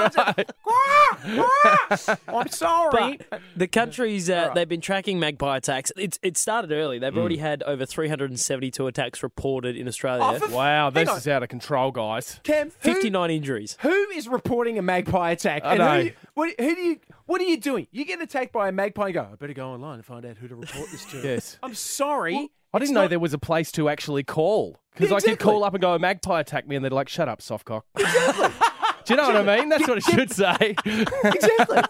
Speaker 3: <laughs> right.
Speaker 2: I'm sorry.
Speaker 8: But the country's uh, they've been tracking magpie attacks. It's it started early.
Speaker 2: Mm.
Speaker 8: They've already had over 372 attacks reported in Australia.
Speaker 2: Oh, for f-
Speaker 3: Wow,
Speaker 2: Hang
Speaker 3: this
Speaker 2: on.
Speaker 3: is out of control, guys.
Speaker 2: Cam, who,
Speaker 8: 59 injuries.
Speaker 2: who is reporting a magpie attack?
Speaker 3: I
Speaker 2: and
Speaker 3: know.
Speaker 2: Who, do you- what, who do you? What are you doing? You get attacked by a magpie. And go. I better go online and find out who to report this
Speaker 8: <laughs>
Speaker 2: to.
Speaker 3: Yes.
Speaker 2: I'm sorry.
Speaker 3: I didn't know there was a place to actually call because
Speaker 2: Yeah,
Speaker 3: I could
Speaker 2: exactly.
Speaker 3: call up and go, "A magpie attacked me," and they're like, "Shut up, softcock." <laughs> Do you know what I mean? That's what it
Speaker 8: <laughs>
Speaker 3: should say.
Speaker 2: Exactly.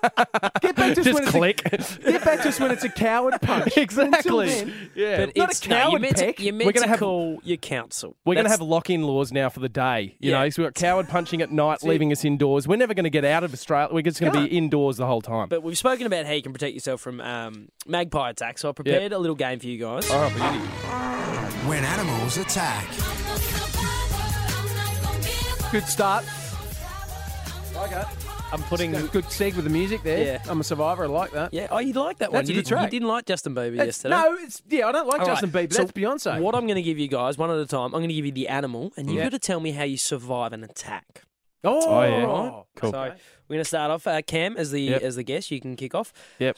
Speaker 2: Get back to us when
Speaker 3: Just
Speaker 2: it's a-
Speaker 3: click.
Speaker 2: Get back to us when it's
Speaker 3: <laughs>
Speaker 2: a coward punch.
Speaker 3: exactly.
Speaker 2: Until then,
Speaker 3: yeah.
Speaker 8: But
Speaker 2: Not a
Speaker 8: it's no, you're
Speaker 2: coward
Speaker 8: meant to,
Speaker 2: peck.
Speaker 8: you're meant
Speaker 3: We're gonna
Speaker 8: to
Speaker 3: have-
Speaker 8: call your council.
Speaker 3: We're going to
Speaker 8: That's-
Speaker 3: have lock-in laws now for the day. You
Speaker 8: Yeah.
Speaker 3: know,
Speaker 8: <laughs>
Speaker 3: so we've got coward punching at night, leaving us indoors. We're never going to get out of Australia. We're just going to be indoors the whole time.
Speaker 8: But we've spoken about how you can protect yourself from um, magpie attacks, so I prepared a little game for you guys.
Speaker 3: Oh,
Speaker 7: When animals attack.
Speaker 2: Good start.
Speaker 8: I'm putting.
Speaker 2: Good seg with the music there.
Speaker 8: Yeah.
Speaker 2: I'm a survivor. I like that.
Speaker 8: Yeah, oh, you like that
Speaker 2: That's
Speaker 8: one.
Speaker 2: a
Speaker 8: you, didn't-
Speaker 2: good
Speaker 8: you
Speaker 2: track.
Speaker 8: didn't like Justin Bieber
Speaker 2: That's-
Speaker 8: yesterday.
Speaker 2: No, it's yeah. I don't like
Speaker 8: All right,
Speaker 2: Justin Bieber.
Speaker 8: so
Speaker 2: That's Beyonce.
Speaker 8: What I'm going to give you guys one at a time. I'm going to give you the animal, and you've
Speaker 3: Yeah.
Speaker 8: got to tell me how you survive an attack.
Speaker 2: Oh,
Speaker 3: Oh, yeah.
Speaker 2: right.
Speaker 3: Cool.
Speaker 8: So we're going to start off. Uh, Cam, as the
Speaker 3: Yep.
Speaker 8: as the guest, you can kick off.
Speaker 3: Yep.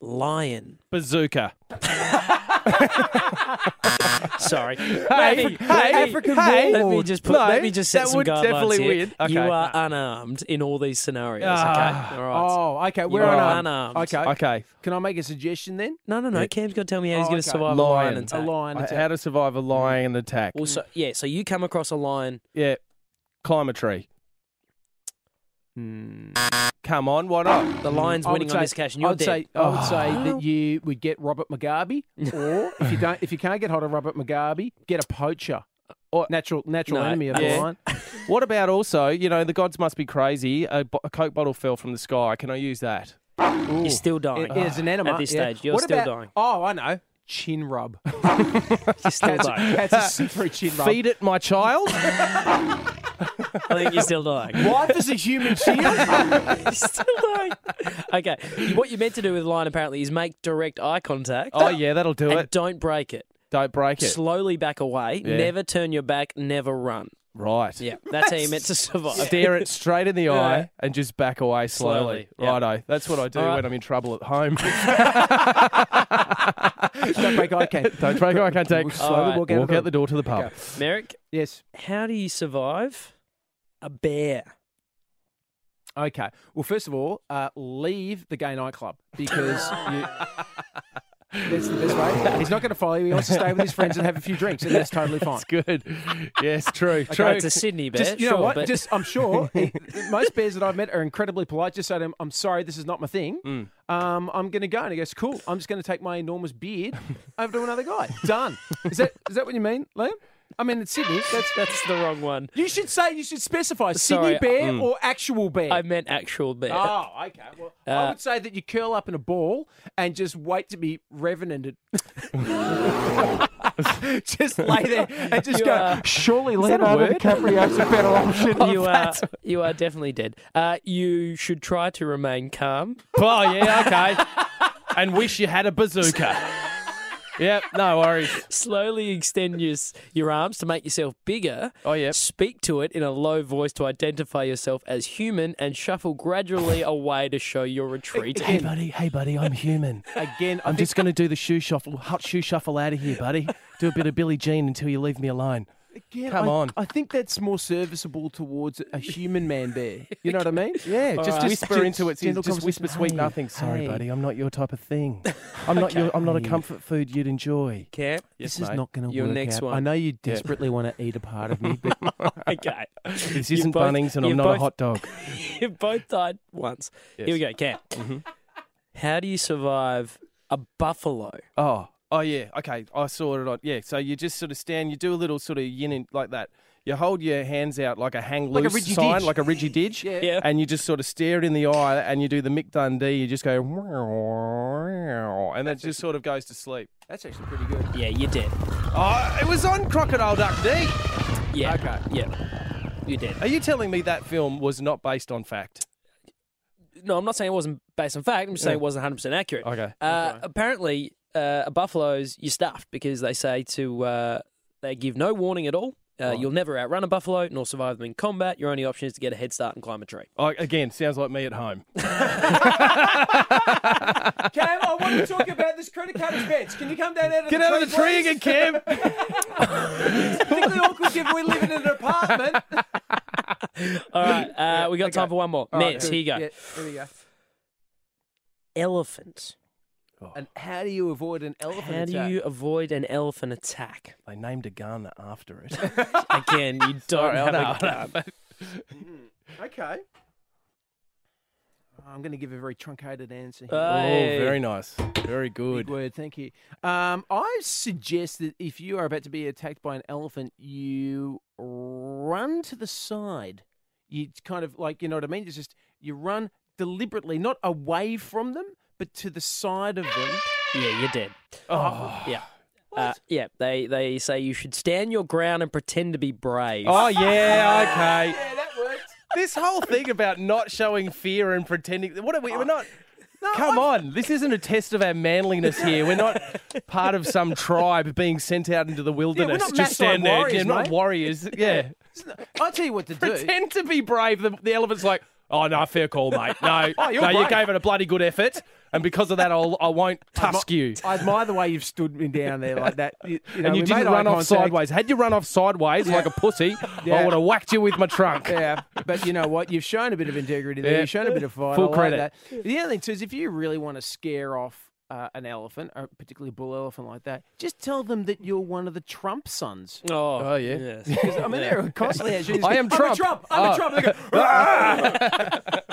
Speaker 8: Lion.
Speaker 3: Bazooka.
Speaker 8: <laughs> Sorry.
Speaker 3: Hey,
Speaker 8: Let me-
Speaker 3: hey,
Speaker 8: let me-
Speaker 3: African
Speaker 8: hey, Let
Speaker 3: warlord.
Speaker 8: me just put.
Speaker 3: No,
Speaker 8: let me just set
Speaker 3: that
Speaker 8: some
Speaker 3: would
Speaker 8: guidelines
Speaker 3: definitely
Speaker 8: here.
Speaker 3: win. Okay.
Speaker 8: You are unarmed in all these scenarios.
Speaker 3: Ah.
Speaker 8: okay. All right.
Speaker 2: Oh, okay. We're
Speaker 8: are
Speaker 2: on
Speaker 8: unarmed.
Speaker 2: Okay.
Speaker 3: Okay.
Speaker 2: Can I make a suggestion then?
Speaker 8: No, no, no. Cam's got to tell me how he's
Speaker 2: Oh,
Speaker 8: going
Speaker 2: okay.
Speaker 8: to survive a
Speaker 3: Lion.
Speaker 8: lion
Speaker 3: A
Speaker 8: attack. Mm-hmm.
Speaker 2: A lion
Speaker 3: I-
Speaker 2: attack.
Speaker 3: How to survive a lion attack?
Speaker 8: Well, so, yeah. So you come across a lion.
Speaker 3: Yeah. Climb a tree.
Speaker 2: Hmm.
Speaker 3: Come on, why not?
Speaker 8: The lion's
Speaker 2: I would
Speaker 8: winning on
Speaker 2: say-
Speaker 8: this cash, and you're
Speaker 2: I would
Speaker 8: dead. Oh. Ah.
Speaker 2: say I would say that you would get Robert Mugabe, or if you don't, if you can't get hold of Robert Mugabe, get a
Speaker 8: <laughs>
Speaker 2: poacher,
Speaker 3: Or-
Speaker 2: natural natural
Speaker 8: No,
Speaker 2: enemy of the
Speaker 3: yeah.
Speaker 2: lion.
Speaker 3: <laughs> What about also, you know, the gods must be crazy. A, bo- a Coke bottle fell from the sky. Can I use that? Ah.
Speaker 8: you're still dying.
Speaker 2: It is an enema
Speaker 8: At this
Speaker 2: yeah.
Speaker 8: stage, you're
Speaker 2: What
Speaker 8: still
Speaker 2: about-
Speaker 8: dying.
Speaker 2: Oh, I know.
Speaker 8: <laughs>
Speaker 2: Chin rub.
Speaker 8: You're still
Speaker 2: That's,
Speaker 8: dying.
Speaker 2: <laughs> that's
Speaker 8: <laughs>
Speaker 2: a slippery chin rub.
Speaker 3: Feed it, my
Speaker 2: <laughs>
Speaker 3: child.
Speaker 8: <laughs> I think you're still dying.
Speaker 2: Life is a <laughs> human shield.
Speaker 8: You're still dying. <laughs> Okay. you- What you're meant to do with lion apparently is make direct eye contact.
Speaker 3: oh, yeah, that'll do
Speaker 8: And
Speaker 3: it.
Speaker 8: don't break it.
Speaker 3: Don't break it.
Speaker 8: Slowly back away.
Speaker 3: Yeah.
Speaker 8: Never turn your back. Never run.
Speaker 3: right.
Speaker 8: Yeah. That's how you're meant to survive.
Speaker 3: <laughs> Stare
Speaker 8: <laughs>
Speaker 3: it straight in the eye and just back away slowly.
Speaker 8: Slowly, yeah.
Speaker 3: Righto. That's what I do
Speaker 8: All right.
Speaker 3: when I'm in trouble at home.
Speaker 2: <laughs> Don't break eye
Speaker 8: <laughs>
Speaker 2: can.
Speaker 3: <laughs> Don't break eye contact.
Speaker 2: We'll slowly
Speaker 8: right.
Speaker 2: walk out, of
Speaker 3: the door to the pub.
Speaker 8: Merrick,
Speaker 2: Yes.
Speaker 8: how do you survive a bear?
Speaker 2: Okay. Well, first of all, uh, leave the gay nightclub
Speaker 3: <laughs>
Speaker 2: because you. That's the best way. He's not going to follow you. He wants to stay with his friends and have a few drinks, and that's totally fine.
Speaker 3: It's good. yes, true.
Speaker 8: Try
Speaker 3: True.
Speaker 8: it's a Sydney bear.
Speaker 2: Just you know
Speaker 8: sure,
Speaker 2: what?
Speaker 8: but-
Speaker 2: Just
Speaker 8: <laughs>
Speaker 2: I'm <laughs> sure most bears that I've met are incredibly polite. Just say to them, "I'm sorry, this is not my thing.
Speaker 8: Mm.
Speaker 2: Um, I'm going to go." And he
Speaker 8: <laughs>
Speaker 2: goes, "Cool. I'm just going to take my enormous beard over to another guy. Done. Is that is that what you mean, Liam? I mean, it's Sydney. That's
Speaker 8: that's <laughs> the wrong one.
Speaker 2: You should say you should specify
Speaker 8: Sorry,
Speaker 2: Sydney bear
Speaker 8: mm.
Speaker 2: or actual bear.
Speaker 8: I meant actual bear.
Speaker 2: Oh, okay. Well, I
Speaker 8: Uh,
Speaker 2: would say that you curl up in a ball and just wait to be revenanted. <laughs> just lay there and just
Speaker 8: You
Speaker 2: go.
Speaker 8: are-
Speaker 2: Surely
Speaker 8: Is that a
Speaker 2: Leonardo Oh,
Speaker 8: word? <laughs>
Speaker 2: DiCaprio's a better <laughs> option. than
Speaker 8: You uh, are,
Speaker 2: that."
Speaker 8: Oh, <laughs> you are definitely dead. Uh, you should try to remain calm.
Speaker 3: Oh yeah, okay. and wish you had a bazooka. yep, no worries.
Speaker 8: Slowly extend your s- your arms to make yourself bigger.
Speaker 3: Oh yeah.
Speaker 8: Speak to it in a low voice to identify yourself as human, and shuffle gradually away to show your retreat.
Speaker 3: Hey buddy, hey buddy, I'm
Speaker 2: <laughs>
Speaker 3: human.
Speaker 2: Again, I
Speaker 3: I'm
Speaker 2: think-
Speaker 3: just going to do the shoe shuffle, hot shoe shuffle out of here, buddy. Do a bit of Billie Jean until you leave me alone.
Speaker 2: Again,
Speaker 3: Come
Speaker 2: I,
Speaker 3: on.
Speaker 2: I think that's more serviceable towards a human man bear. You know what I mean? Yeah.
Speaker 3: All right. whisper into it. Just, just whisper
Speaker 2: conversation.
Speaker 3: sweet
Speaker 2: Hey,
Speaker 3: nothing. Sorry,
Speaker 2: hey.
Speaker 3: buddy, I'm not your type of <laughs> thing. I'm not your. I'm not a comfort food you'd enjoy.
Speaker 8: Cam,
Speaker 3: Yes,
Speaker 2: this is
Speaker 3: mate.
Speaker 2: not going to
Speaker 8: Your
Speaker 2: work
Speaker 8: next
Speaker 2: out. I
Speaker 8: one.
Speaker 2: know you desperately want to eat a part of me, <laughs> but
Speaker 8: <laughs> okay.
Speaker 3: This
Speaker 8: You've
Speaker 3: isn't
Speaker 8: both-
Speaker 3: Bunnings, and I'm
Speaker 8: you've
Speaker 3: not a
Speaker 8: both-
Speaker 3: hot
Speaker 2: <laughs>
Speaker 3: dog.
Speaker 8: <laughs> you both died once. Here we go, Cam.
Speaker 3: Mm-hmm.
Speaker 8: How do you survive a buffalo?
Speaker 3: Oh, oh yeah. Okay, I saw it on. Yeah, so you just sort of stand. You do a little sort of yin and like that. You hold your hands out like a hang
Speaker 2: Like a
Speaker 3: loose
Speaker 2: ridgy
Speaker 3: sign,
Speaker 2: didge.
Speaker 3: like a ridgy didge,
Speaker 8: Yeah.
Speaker 3: and you just sort of stare it in the eye, and you do the Mick Dundee. You just go, and that just sort of goes to sleep.
Speaker 2: that's actually pretty good.
Speaker 8: Yeah, you're dead.
Speaker 3: Oh, it was on Crocodile Duck D.
Speaker 8: Yeah.
Speaker 3: Okay.
Speaker 8: Yeah. You're dead.
Speaker 3: Are you telling me that film was not based on fact?
Speaker 8: No, I'm not saying it wasn't based on fact. I'm just saying it wasn't 100% accurate.
Speaker 3: Okay.
Speaker 8: Uh, Apparently, uh, a buffalo's, you're stuffed because they say to, uh, they give no warning at all. Uh, You'll never outrun a buffalo nor survive them in combat. Your only option is to get a head start and climb a tree.
Speaker 3: Oh, again, sounds like me at home.
Speaker 2: <laughs> Cam, I want to talk about this credit card expense. Can you come down out of
Speaker 3: Get
Speaker 2: the
Speaker 3: out
Speaker 2: tree,
Speaker 3: of the tree
Speaker 2: please?
Speaker 3: again, Cam.
Speaker 2: <laughs>
Speaker 3: <laughs>
Speaker 2: Particularly awkward if we live in an apartment.
Speaker 8: <laughs> All right. Uh,
Speaker 3: <laughs>
Speaker 8: we got time for one more. Mez, here you go.
Speaker 2: Yeah, here we go.
Speaker 8: Elephant.
Speaker 3: Oh.
Speaker 2: And how do you avoid an elephant?
Speaker 8: How do
Speaker 2: attack?
Speaker 8: you avoid an elephant attack?
Speaker 3: They named a gun after it.
Speaker 8: <laughs> Again, you don't
Speaker 3: <laughs> Sorry, I
Speaker 8: have
Speaker 3: know,
Speaker 8: a gun.
Speaker 3: I <laughs> know.
Speaker 2: Mm-hmm. Okay. I'm going to give a very truncated answer.
Speaker 8: Uh,
Speaker 2: Here.
Speaker 3: Oh,
Speaker 8: Hey.
Speaker 3: very nice. Very
Speaker 2: Big
Speaker 3: good.
Speaker 2: word, thank you. Um, I suggest that if you are about to be attacked by an elephant, you run to the side. You kind of like, you know what I mean? It's just you run deliberately, not away from them, but to the side of <laughs> them.
Speaker 8: Yeah, you're dead.
Speaker 3: Oh, <sighs>
Speaker 8: Yeah. Uh, yeah, they, they say you should stand your ground and pretend to be brave.
Speaker 3: oh yeah, okay.
Speaker 2: Yeah, that worked.
Speaker 3: This whole thing about not showing fear and pretending what are we we're not
Speaker 2: Oh,
Speaker 3: Come on, this isn't a test of our manliness here. We're not part of some tribe being sent out into the wilderness.
Speaker 2: not
Speaker 3: Just stand
Speaker 2: Maasai
Speaker 3: there, yeah,
Speaker 2: warriors,
Speaker 3: not
Speaker 2: mate. <laughs>
Speaker 3: warriors. Yeah.
Speaker 2: I'll tell you what to do.
Speaker 3: Pretend to be brave. The, the elephant's like, oh, no, fair call, mate. No,
Speaker 2: <laughs> Oh, you're
Speaker 3: no you
Speaker 2: brave.
Speaker 3: gave it a bloody good effort. And because of that, I'll, I won't tusk you.
Speaker 2: I admire the way you've stood me down there like that. You, you know,
Speaker 3: and you
Speaker 2: we
Speaker 3: didn't
Speaker 2: made eye
Speaker 3: run off
Speaker 2: contact.
Speaker 3: sideways. Had you run off sideways like a pussy, I
Speaker 2: Yeah.
Speaker 3: would have whacked you with my trunk.
Speaker 2: Yeah, but you know what? You've shown a bit of integrity there.
Speaker 3: Yeah.
Speaker 2: You've shown a bit of fight.
Speaker 3: Full
Speaker 2: I like
Speaker 3: credit.
Speaker 2: that. The other thing too is if you really want to scare off uh, an elephant, or particularly a bull elephant like that, just tell them that you're one of the Trump sons.
Speaker 8: Oh,
Speaker 3: Oh, yeah.
Speaker 2: <laughs>
Speaker 8: yes.
Speaker 2: Because I mean, they're constantly at you.
Speaker 3: I am Trump.
Speaker 2: <laughs> I'm a Trump. I'm
Speaker 3: Oh.
Speaker 2: a Trump. They
Speaker 3: <laughs>
Speaker 2: go, "Ah!" <laughs>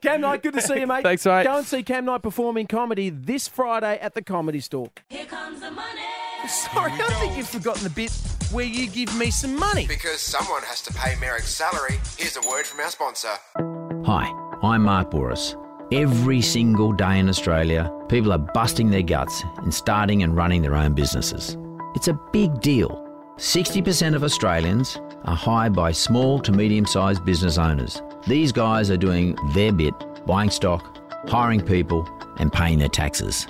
Speaker 2: Cam Knight, good to see you, mate.
Speaker 3: Thanks, mate.
Speaker 2: Go and see Cam Knight performing comedy this Friday at the Comedy Store.
Speaker 9: Here comes the money.
Speaker 2: Sorry, I think you've forgotten the bit where you give me some money.
Speaker 7: Because someone has to pay Merrick's salary, here's a word from our sponsor.
Speaker 13: Hi, I'm Mark Boris. Every single day in Australia, people are busting their guts in starting and running their own businesses. It's a big deal. 60% of Australians are hired by small to medium sized business owners. These guys are doing their bit, buying stock, hiring people, and paying their taxes.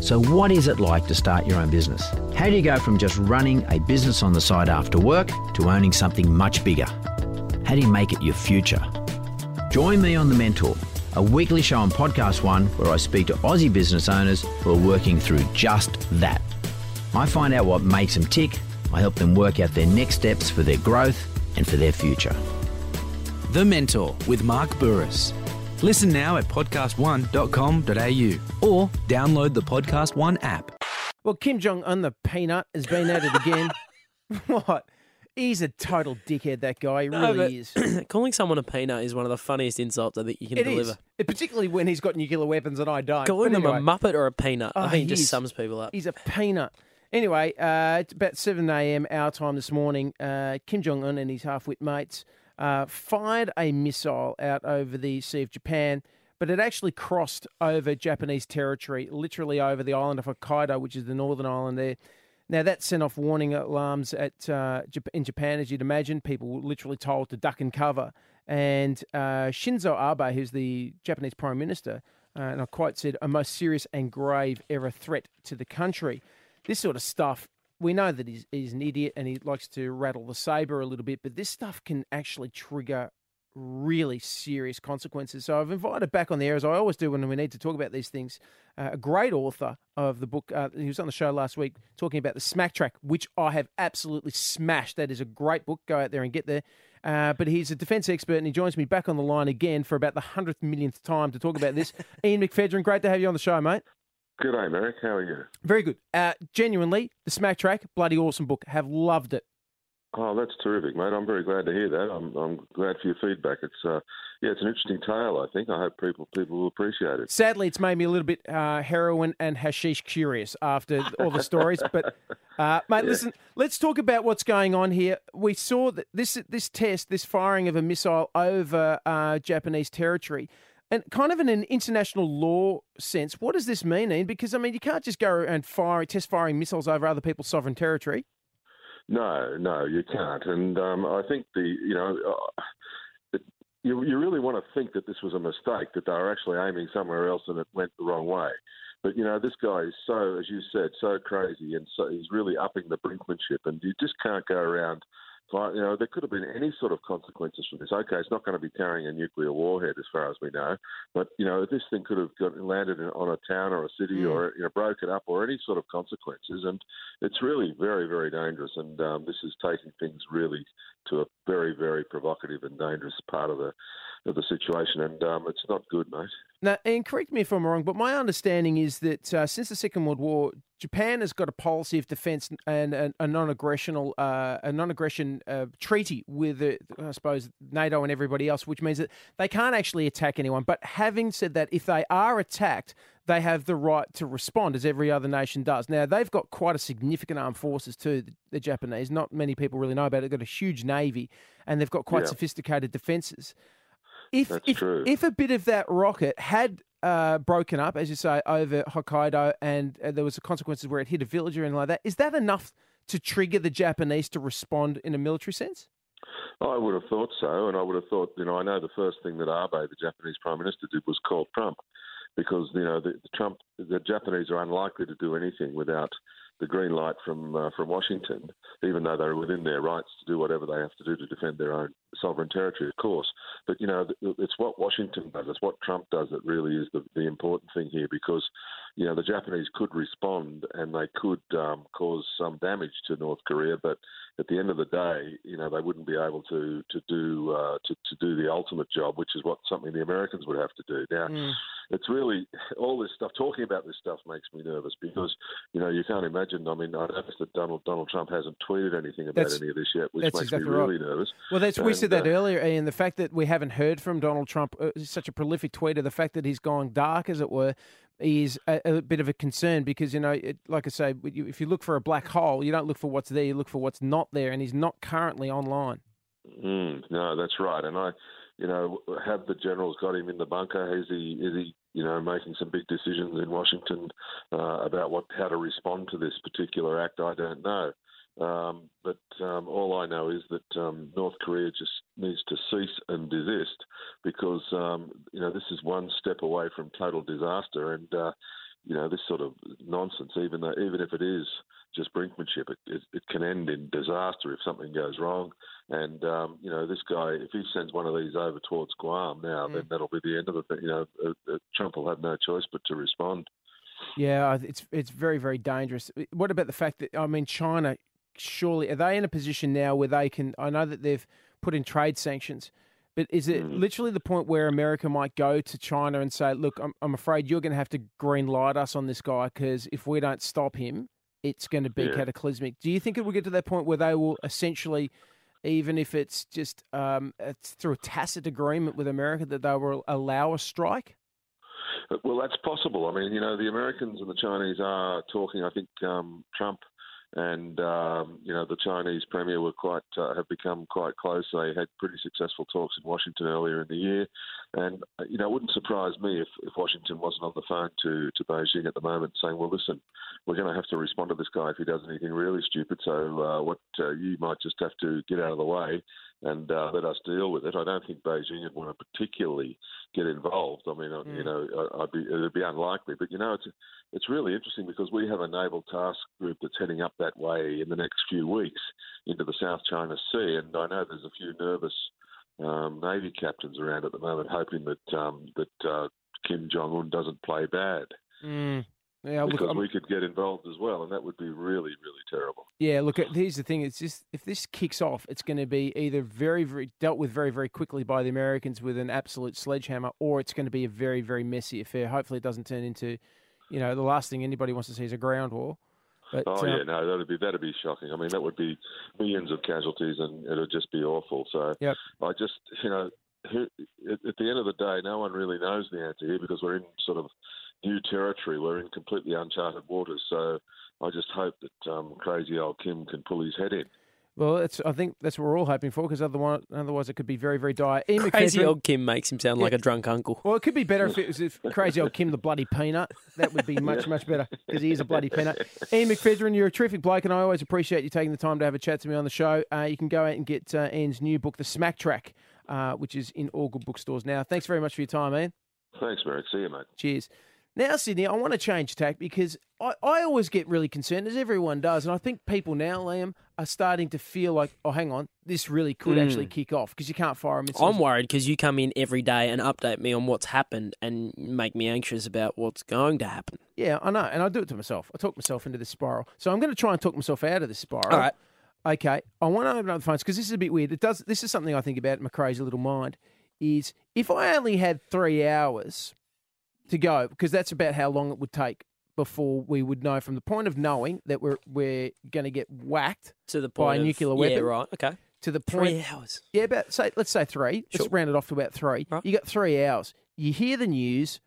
Speaker 13: So, what is it like to start your own business? How do you go from just running a business on the side after work to owning something much bigger? How do you make it your future? Join me on The Mentor, a weekly show on Podcast One where I speak to Aussie business owners who are working through just that. I find out what makes them tick, I help them work out their next steps for their growth and for their future.
Speaker 14: The Mentor with Mark Burris. Listen now at podcast1.com.au or download the Podcast One app.
Speaker 2: Well, Kim Jong Un, the peanut, has been at it again. <laughs> what? He's a total dickhead. That guy he
Speaker 8: No,
Speaker 2: really
Speaker 8: but-
Speaker 2: is.
Speaker 8: <clears throat> Calling someone a peanut is one of the funniest insults I think you can
Speaker 2: It
Speaker 8: deliver.
Speaker 2: is, It- particularly when he's got nuclear weapons and I don't.
Speaker 8: Calling
Speaker 2: But
Speaker 8: them a
Speaker 2: anyway,
Speaker 8: muppet or a peanut,
Speaker 2: Oh,
Speaker 8: I think
Speaker 2: he
Speaker 8: just
Speaker 2: is.
Speaker 8: sums people up.
Speaker 2: He's a peanut. Anyway, uh, it's about 7 a.m. our time this morning. Uh, Kim Jong un and his half wit mates uh, fired a missile out over the Sea of Japan, but it actually crossed over Japanese territory, literally over the island of Hokkaido, which is the northern island there. Now, that sent off warning alarms at uh, Jap- in Japan, as you'd imagine. People were literally told to duck and cover. And uh, Shinzo Abe, who's the Japanese prime minister, uh, and I quote said, a most serious and grave ever threat to the country. This sort of stuff, we know that he's, he's an idiot and he likes to rattle the saber a little bit, but this stuff can actually trigger really serious consequences. So I've invited back on the air, as I always do when we need to talk about these things, uh, a great author of the book. Uh, he was on the show last week talking about the Smack Track, which I have absolutely smashed. That is a great book. Go out there and get there. Uh, but he's a defence expert, and he joins me back on the line again for about the hundredth millionth time to talk about this. Ian McFedrin, great to have you on the show, mate.
Speaker 9: Good day, Merrick. How are you?
Speaker 2: Very good. Uh, genuinely, the Smack Track, bloody awesome book. Have loved it.
Speaker 9: Oh, that's terrific, mate. I'm very glad to hear that. I'm, I'm glad for your feedback. It's uh, yeah, it's an interesting tale. I think. I hope people people will appreciate it.
Speaker 2: Sadly, it's made me a little bit uh, heroin and hashish curious after all the stories. But, uh, mate,
Speaker 9: Yeah.
Speaker 2: listen, let's talk about what's going on here. We saw that this this test, this firing of a missile over uh, Japanese territory, and kind of in an international law sense, what does this mean, Ian? Because I mean, you can't just go and fire test firing missiles over other people's sovereign territory.
Speaker 9: No, no, you can't. And um, I think the you know. Uh, it- you, you really want to think that this was a mistake, that they were actually aiming somewhere else and it went the wrong way. But, you know, this guy is so, as you said, so crazy and so he's really upping the brinkmanship. And you just can't go around. fi- You know, there could have been any sort of consequences from this. Okay, it's not going to be carrying a nuclear warhead as far as we know. But, you know, this thing could have got landed in, on a town or a city
Speaker 10: Mm.
Speaker 9: or, you know, broken up or any sort of consequences. And it's really very, very dangerous. And um, this is taking things really to a very, very provocative and dangerous part of the of the situation, and um, it's not good, mate.
Speaker 2: Now, and correct me if I'm wrong, but my understanding is that uh, since the Second World War, Japan has got a policy of defence and, and a non-aggressional, uh, a non-aggression uh, treaty with, uh, I suppose, NATO and everybody else, which means that they can't actually attack anyone. But having said that, if they are attacked, they have the right to respond, as every other nation does. Now they've got quite a significant armed forces too. The, the Japanese, not many people really know about it. They've got a huge navy, and they've got quite
Speaker 9: Yeah.
Speaker 2: sophisticated defences. If
Speaker 9: That's
Speaker 2: if,
Speaker 9: true.
Speaker 2: if a bit of that rocket had uh, broken up, as you say, over Hokkaido, and uh, there was consequences where it hit a village or anything like that, is that enough to trigger the Japanese to respond in a military sense?
Speaker 9: I would have thought so, and I would have thought, you know, I know the first thing that Abe, the Japanese Prime Minister, did was call Trump, because you know the, the Trump, the Japanese are unlikely to do anything without the green light from uh, from Washington, even though they're within their rights to do whatever they have to do to defend their own sovereign territory, of course. But you know, th- it's what Washington does, it's what Trump does that really is the, the important thing here, because you know the Japanese could respond and they could um, cause some damage to North Korea, but at the end of the day, you know, they wouldn't be able to to do uh, to, to do the ultimate job, which is what something the Americans would have to do. Now, it's really <laughs> all this stuff. Talking about this stuff makes me nervous because you know you can't imagine. I mean, I noticed that Donald Donald Trump hasn't tweeted anything about
Speaker 2: That's-
Speaker 9: any of this yet, which
Speaker 2: that's
Speaker 9: makes
Speaker 2: exactly
Speaker 9: me
Speaker 2: right.
Speaker 9: really nervous.
Speaker 2: Well, that's we
Speaker 9: And,
Speaker 2: said that
Speaker 9: uh,
Speaker 2: earlier, Ian. The fact that we haven't heard from Donald Trump, uh, is such a prolific tweeter, the fact that he's gone dark, as it were, is a, a bit of a concern because you know, it, like I say, w- you- if you look for a black hole, you don't look for what's there, you look for what's not there, and he's not currently online.
Speaker 9: Mm, no, that's right. And I, you know, have the generals got him in the bunker? Is he is he you know making some big decisions in Washington uh, about what how to respond to this particular act? I don't know. Um, but um, all I know is that um, North Korea just needs to cease and desist because um, you know this is one step away from total disaster, and uh, you know this sort of nonsense. Even though, even if it is just brinkmanship, it, it, it can end in disaster if something goes wrong. And um, you know, this guy, if he sends one of these over towards Guam now, then that'll be the end of it. You know, uh, uh, Trump will have no choice but to respond.
Speaker 2: Yeah, I th- it's it's very very dangerous. What about the fact that I mean China? Surely are they in a position now where they can? I know that they've put in trade sanctions, but is it literally the point where America might go to China and say, "Look, I'm I'm afraid you're going to have to green light us on this guy because if we don't stop him, it's going to be
Speaker 15: Yeah.
Speaker 2: cataclysmic." Do you think it will get to that point where they will essentially? Even if it's just um, it's through a tacit agreement with America that they will allow a strike,
Speaker 9: Well, that's possible. I mean, you know, the Americans and the Chinese are talking. I think um, Trump and um, you know the Chinese premier were quite uh, have become quite close. They had pretty successful talks in Washington earlier in the year, and uh, you know it wouldn't surprise me if, if Washington wasn't on the phone to to Beijing at the moment saying, well, listen, we're going to have to respond to this guy if he does anything really stupid. So uh, what uh, you might just have to get out of the way and uh, let us deal with it. I don't think Beijing would want to particularly get involved. I mean, uh, you
Speaker 10: Mm.
Speaker 9: know, I- I'd be, it'd be unlikely. But you know, it's it's really interesting because we have a naval task group that's heading up that way in the next few weeks into the South China Sea, and I know there's a few nervous um, navy captains around at the moment, hoping that um, that uh, Kim Jong Un doesn't play bad
Speaker 2: Yeah, look,
Speaker 9: because
Speaker 2: I'm-
Speaker 9: we could get involved as well, and that would be really, really terrible.
Speaker 2: Yeah, look, it- here's the thing. It's just if this kicks off, it's going to be either very, very dealt with very, very quickly by the Americans with an absolute sledgehammer, or it's going to be a very, very messy affair. Hopefully, it doesn't turn into, you know, the last thing anybody wants to see is a ground war. But
Speaker 9: oh
Speaker 2: um,
Speaker 9: yeah, no, that'd be that'd be shocking. I mean, that would be millions of casualties, and it'd just be awful. So
Speaker 2: Yep.
Speaker 9: I just, you know, who, at, at the end of the day, no one really knows the answer here because we're in sort of new territory. We're in completely uncharted waters. So I just hope that um, crazy old Kim can pull his head in.
Speaker 2: well, that's I think that's what we're all hoping for because otherwise, otherwise it could be very, very dire. Ian
Speaker 8: Crazy
Speaker 2: McPherson-
Speaker 8: old Kim makes him sound like a drunk uncle.
Speaker 2: Well, it could be better if it was
Speaker 8: <laughs>
Speaker 2: if crazy old Kim the bloody peanut. That would be much,
Speaker 8: Yeah.
Speaker 2: much better because he is a bloody peanut. Ian McFedrin, you're a terrific bloke, and I always appreciate you taking the time to have a chat to me on the show. Uh, you can go out and get uh, Ian's new book, The Smack Track, uh, which is in all good bookstores now. Thanks very much for your time, Ian.
Speaker 9: Thanks, Merrick. See you, mate.
Speaker 2: Cheers. Now, Sydney, I want to change tack because I, I always get really concerned, as everyone does, and I think people now, Liam, are starting to feel like, oh, hang on, this really could
Speaker 8: Mm.
Speaker 2: actually kick off because you can't fire him.
Speaker 8: I'm worried because you come in every day and update me on what's happened and make me anxious about what's going to happen.
Speaker 2: Yeah, I know, and I do it to myself. I talk myself into this spiral. So I'm going to try and talk myself out of this spiral.
Speaker 8: All right.
Speaker 2: Okay. I want to open up the phones because this is a bit weird. It does. This is something I think about in my crazy little mind. Is if I only had three hours to go, because that's about how long it would take before we would know from the point of knowing that we're we're going to get whacked
Speaker 8: to the
Speaker 2: by
Speaker 8: point
Speaker 2: a
Speaker 8: of-
Speaker 2: nuclear
Speaker 8: yeah,
Speaker 2: weapon.
Speaker 8: right, okay.
Speaker 2: To the
Speaker 8: Three
Speaker 2: point.
Speaker 8: hours.
Speaker 2: Yeah, about say let's say three. Let's round it off to about three. You got three hours. You hear the news.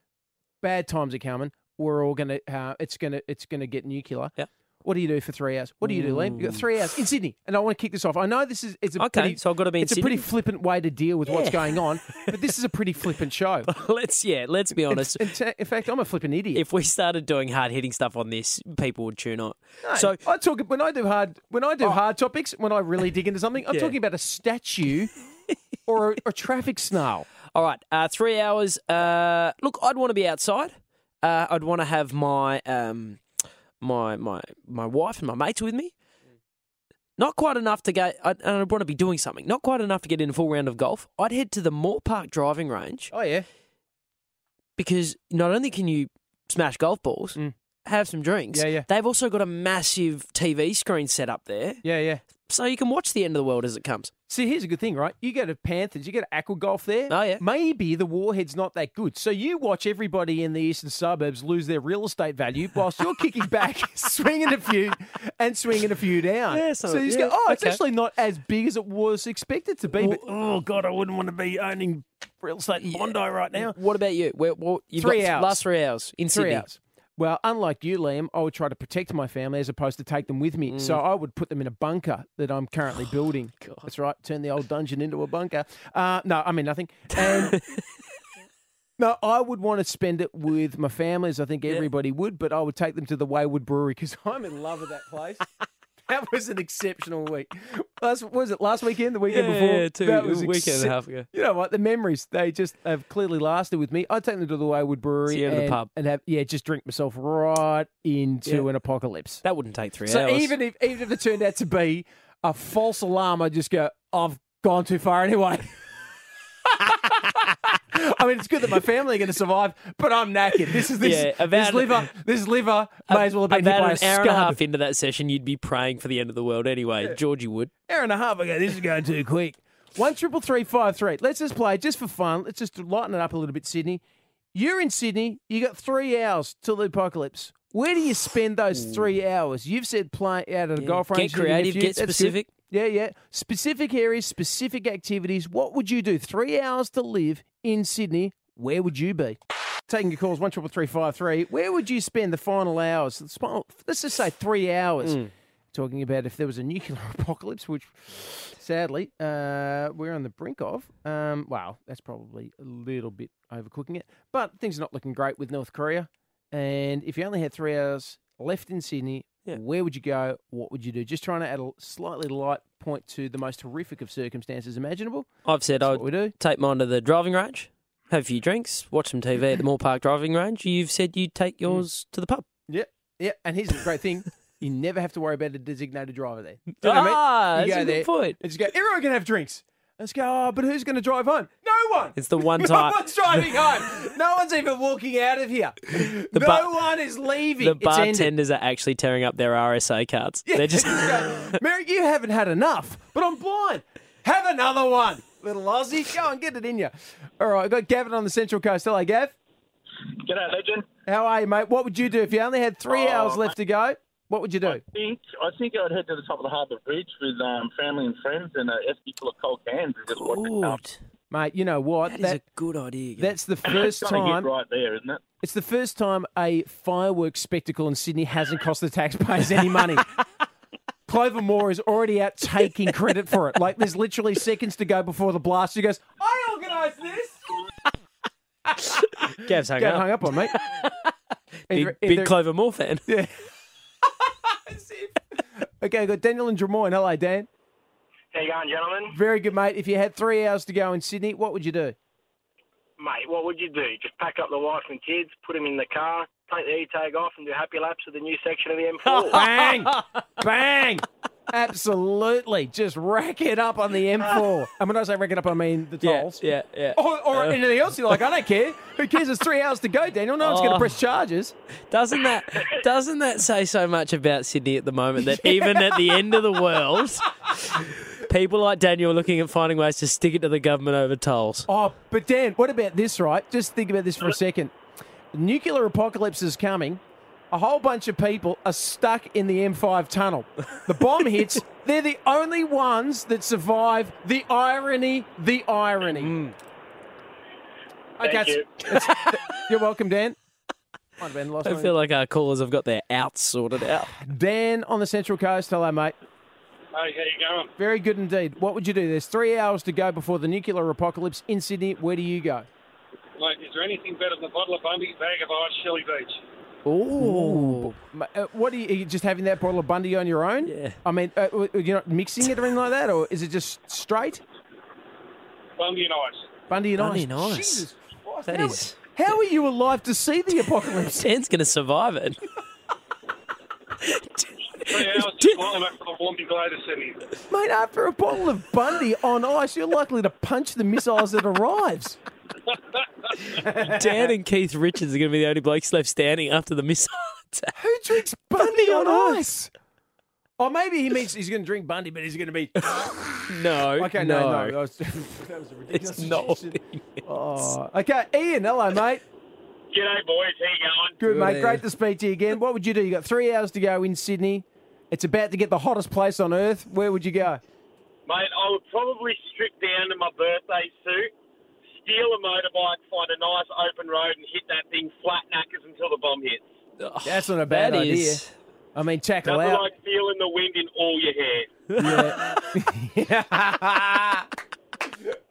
Speaker 2: Bad times are coming. We're all gonna. Uh, it's gonna. It's gonna get nuclear.
Speaker 8: Yeah.
Speaker 2: What do you do for three hours? What do you do, Liam? You got three hours in Sydney, and I want to kick this off. I know this is it's a
Speaker 8: Okay,
Speaker 2: pretty,
Speaker 8: so I've gotta be in
Speaker 2: it's a pretty
Speaker 8: Sydney.
Speaker 2: flippant way to deal with what's
Speaker 8: Yeah.
Speaker 2: going
Speaker 8: <laughs>
Speaker 2: on, but this is a pretty flippant show.
Speaker 8: let's yeah, let's be honest.
Speaker 2: In, in fact, I'm a flipping idiot.
Speaker 8: If we started doing hard hitting stuff on this, people would tune out.
Speaker 2: so I talk when I do hard when I do hard topics when I really dig into something. I'm
Speaker 8: Oh. Yeah.
Speaker 2: talking about a statue or a, a traffic snarl.
Speaker 8: All right, uh, three hours. Uh, look, I'd want to be outside. Uh, I'd want to have my um, my my my wife and my mates with me. Not quite enough to get. I'd, and I'd want to be doing something. Not quite enough to get in a full round of golf. I'd head to the Moore Park driving range.
Speaker 2: Oh yeah,
Speaker 8: because not only can you smash golf balls,
Speaker 2: Mm.
Speaker 8: have some drinks.
Speaker 2: Yeah, yeah.
Speaker 8: They've also got a massive TV screen set up there.
Speaker 2: Yeah, yeah.
Speaker 8: So you can watch the end of the world as it comes.
Speaker 2: See, here's a good thing, right? You go to Panthers, you go to Aqua Golf there. Oh, yeah. Maybe the warhead's not that good. So you watch everybody in the eastern suburbs lose their real estate value whilst you're
Speaker 15: <laughs>
Speaker 2: kicking back, swinging a few and swinging a few down.
Speaker 15: Yeah,
Speaker 2: so,
Speaker 15: so-
Speaker 2: you just
Speaker 15: yeah,
Speaker 2: go, oh, it's
Speaker 15: okay.
Speaker 2: actually not as big as it was expected to be. but,
Speaker 15: oh God, I wouldn't want to be owning real estate in Bondi right now.
Speaker 8: What about you? Where, what, you've
Speaker 2: three
Speaker 8: got
Speaker 2: hours.
Speaker 8: Last three hours in
Speaker 2: three
Speaker 8: Sydney.
Speaker 2: hours. Well, unlike you, Liam, I would try to protect my family as opposed to take them with me.
Speaker 8: Mm.
Speaker 2: So I would put them in a bunker that I'm currently
Speaker 8: Oh,
Speaker 2: building. That's right. Turn the old dungeon into a bunker. Uh, no, I mean nothing.
Speaker 8: <laughs>
Speaker 2: And no, I would want to spend it with my family, as I think everybody would. But I would take them to the Wayward Brewery because <laughs> I'm in love with that place. <laughs> That was an exceptional week. Last, what was it last weekend? The weekend
Speaker 8: Yeah,
Speaker 2: before?
Speaker 8: yeah, two-
Speaker 2: that
Speaker 8: a
Speaker 2: was
Speaker 8: weekend and a half ago.
Speaker 2: You know what? The memories they just have clearly lasted with me. I take them to the Wayward Brewery
Speaker 8: So you go to the
Speaker 2: and-
Speaker 8: pub.
Speaker 2: and have yeah, just drink myself right into
Speaker 8: Yeah.
Speaker 2: an apocalypse.
Speaker 8: That wouldn't take three
Speaker 2: so
Speaker 8: hours.
Speaker 2: even if even if it turned out to be a false alarm, I just go, I've gone too far anyway. <laughs> I mean, it's good that my family are going to survive, but I'm knackered. This is this,
Speaker 8: Yeah, about-
Speaker 2: this liver. This liver may as well have been hit
Speaker 8: About
Speaker 2: by
Speaker 8: an
Speaker 2: a
Speaker 8: hour and a
Speaker 2: scud.
Speaker 8: half into that session, you'd be praying for the end of the world anyway. Georgie would.
Speaker 2: Hour and a half ago. This is going too quick. One triple three five three. Let's just play just for fun. Let's just lighten it up a little bit, Sydney. You're in Sydney. You got three hours till the apocalypse. Where do you spend those three hours? You've said play out at a
Speaker 8: Yeah,
Speaker 2: golf
Speaker 8: get
Speaker 2: range. in the near
Speaker 8: creative,
Speaker 2: future.
Speaker 8: get
Speaker 2: That's good.
Speaker 8: specific.
Speaker 2: Yeah, yeah. Specific areas, specific activities. What would you do? Three hours to live in Sydney. Where would you be? Taking your calls
Speaker 8: Mm.
Speaker 2: one triple three five three. Where would you spend the final hours? The spi- Let's just say three hours. talking about if there was a nuclear <laughs> apocalypse, which sadly uh, we're on the brink of. Um, wow, that's probably a little bit overcooking it. But things are not looking great with North Korea. And if you only had three hours left in Sydney, where would you go? What would you do? Just trying to add a slightly light point to the most horrific of circumstances imaginable.
Speaker 8: I've said I would take mine to the driving range, have a few drinks, watch some TV at the Moore Park driving range. You've said you'd take yours to the pub.
Speaker 2: Yeah, yeah. And here's the great thing: <laughs> you never have to worry about a designated driver there. Do
Speaker 8: Ah, that's
Speaker 2: You go
Speaker 8: a good
Speaker 2: there
Speaker 8: point.
Speaker 2: And just go. Everyone can have drinks. Let's go. Oh, but who's going to drive home? No one.
Speaker 8: It's
Speaker 15: <laughs>
Speaker 8: the one
Speaker 2: No
Speaker 8: time-
Speaker 2: one's driving home. <laughs> No one's even walking out of here. no
Speaker 8: bar-
Speaker 2: one is
Speaker 8: <laughs>
Speaker 2: leaving.
Speaker 8: The
Speaker 2: It's ended.
Speaker 8: bartenders are actually tearing up their RSA cards.
Speaker 15: <laughs>
Speaker 8: They're
Speaker 2: <laughs>
Speaker 8: just
Speaker 2: Mary, you haven't had enough, but I'm blind. Have another one, little Aussie. Go and get it in you. All right, I've got Gavin on the Central Coast. Hello, Gav.
Speaker 10: G'day, legend.
Speaker 2: How are you, mate? What would you do if you only had three
Speaker 10: Oh,
Speaker 2: hours left to go? What would you do?
Speaker 10: I think I think I'd head to the top of the harbour bridge with um, family and friends and a esky full of cold cans and just watch it come.
Speaker 2: Mate, you know what? That
Speaker 10: is
Speaker 8: a good idea.
Speaker 2: That's the first
Speaker 10: It's gonna hit
Speaker 2: time.
Speaker 10: right there, isn't it?
Speaker 2: It's the first time a fireworks spectacle in Sydney hasn't cost the taxpayers
Speaker 8: <laughs>
Speaker 2: any money. Clover Moore is already out taking credit for it. Like there's literally seconds to go before the blast. She goes, I organised this.
Speaker 8: <laughs> Gav's hung
Speaker 2: Gav
Speaker 8: up.
Speaker 2: hung up on me.
Speaker 8: <laughs> big,
Speaker 2: Either-
Speaker 8: big
Speaker 2: either-
Speaker 8: Clover Moore fan.
Speaker 2: <laughs> Yeah. Okay, I've got Daniel and Des Moines. Hello, Dan.
Speaker 16: How you going, gentlemen?
Speaker 2: Very good, mate. If you had three hours to go in Sydney, what would you do?
Speaker 16: Mate, what would you do? Just pack up the wife and kids, put them in the car, take the e-tag off, and do happy laps of the new section of the M4.
Speaker 2: <laughs> Bang! Bang! <laughs> Absolutely. Just rack it up on the M4. And when I say rack it up, I mean the tolls.
Speaker 8: Yeah, yeah.
Speaker 2: Or, or
Speaker 8: Uh.
Speaker 2: anything else you like. I
Speaker 8: <laughs>
Speaker 2: don't care. Who cares? There's three hours to go, Daniel. No one's going
Speaker 8: Oh.
Speaker 2: to press charges.
Speaker 8: Doesn't that doesn't that say so much about Sydney at the moment that even at the end of the world, people like Daniel are looking at finding ways to stick it to the government over tolls.
Speaker 2: Oh, but Dan, what about this, right? Just think about this for a second. Nuclear apocalypse is coming. A whole bunch of people are stuck in the M5 tunnel. The
Speaker 8: <laughs>
Speaker 2: bomb hits. They're the only ones that survive. The irony, the irony. Okay,
Speaker 8: Mm. Thank you.
Speaker 2: it's- it's- you're welcome, Dan. Might have been the last
Speaker 8: I
Speaker 2: one.
Speaker 8: feel like our callers have got their outs sorted out.
Speaker 2: Dan on the Central Coast. Hello, mate.
Speaker 16: Hey, how you going?
Speaker 2: Very good indeed. What would you do? There's three hours to go before the nuclear apocalypse in Sydney. Where do you go?
Speaker 17: Like, is there anything better than a bottle of Bundy, bag of ice, Shelly Beach?
Speaker 2: Oh, what are you, are you just having that bottle of Bundy on your own? Yeah. I mean, uh, w- you're not mixing it or anything like that, or is it just straight
Speaker 17: Bundy and ice.
Speaker 2: Bundy and
Speaker 8: Bundy
Speaker 2: ice?
Speaker 8: and ice.
Speaker 2: Jesus Christ,
Speaker 8: That
Speaker 2: how,
Speaker 8: is-
Speaker 2: How are you alive to see the
Speaker 8: <laughs>
Speaker 2: apocalypse?
Speaker 8: Dan's going to survive
Speaker 2: <laughs>
Speaker 8: it.
Speaker 17: Three hours to flying back from Olympic Glade to Sydney.
Speaker 2: Mate, after a bottle of Bundy on ice, you're likely to punch the missiles
Speaker 8: <laughs>
Speaker 2: that arrives.
Speaker 8: Dan and Keith Richards are going to be the only blokes left standing after the missile attack.
Speaker 2: Who drinks Bundy on ice? Or maybe he means he's going to drink Bundy, but he's going to be.
Speaker 8: <laughs> No.
Speaker 2: Okay, no, no. That was, <laughs> that was a
Speaker 8: It's
Speaker 2: ridiculous
Speaker 8: not. what
Speaker 2: suggestion.
Speaker 8: he means.
Speaker 2: <laughs> Oh, okay, Ian, hello, mate.
Speaker 17: G'day, boys. How you going?
Speaker 2: Good, mate. Great to speak to you again. What would you do? You got three hours to go in Sydney. It's about to get the hottest place on earth. Where would you go?
Speaker 17: Mate, I would probably strip down to my birthday suit, steal a motorbike, find a nice open road, and hit that thing flat knackers until the bomb hits.
Speaker 18: Oh,
Speaker 2: That's not a bad
Speaker 17: that
Speaker 2: idea.
Speaker 17: is-
Speaker 2: I mean, tackle
Speaker 17: Nothing
Speaker 2: out.
Speaker 17: like feeling the wind in all your
Speaker 2: <laughs>
Speaker 17: hair.
Speaker 2: Uh,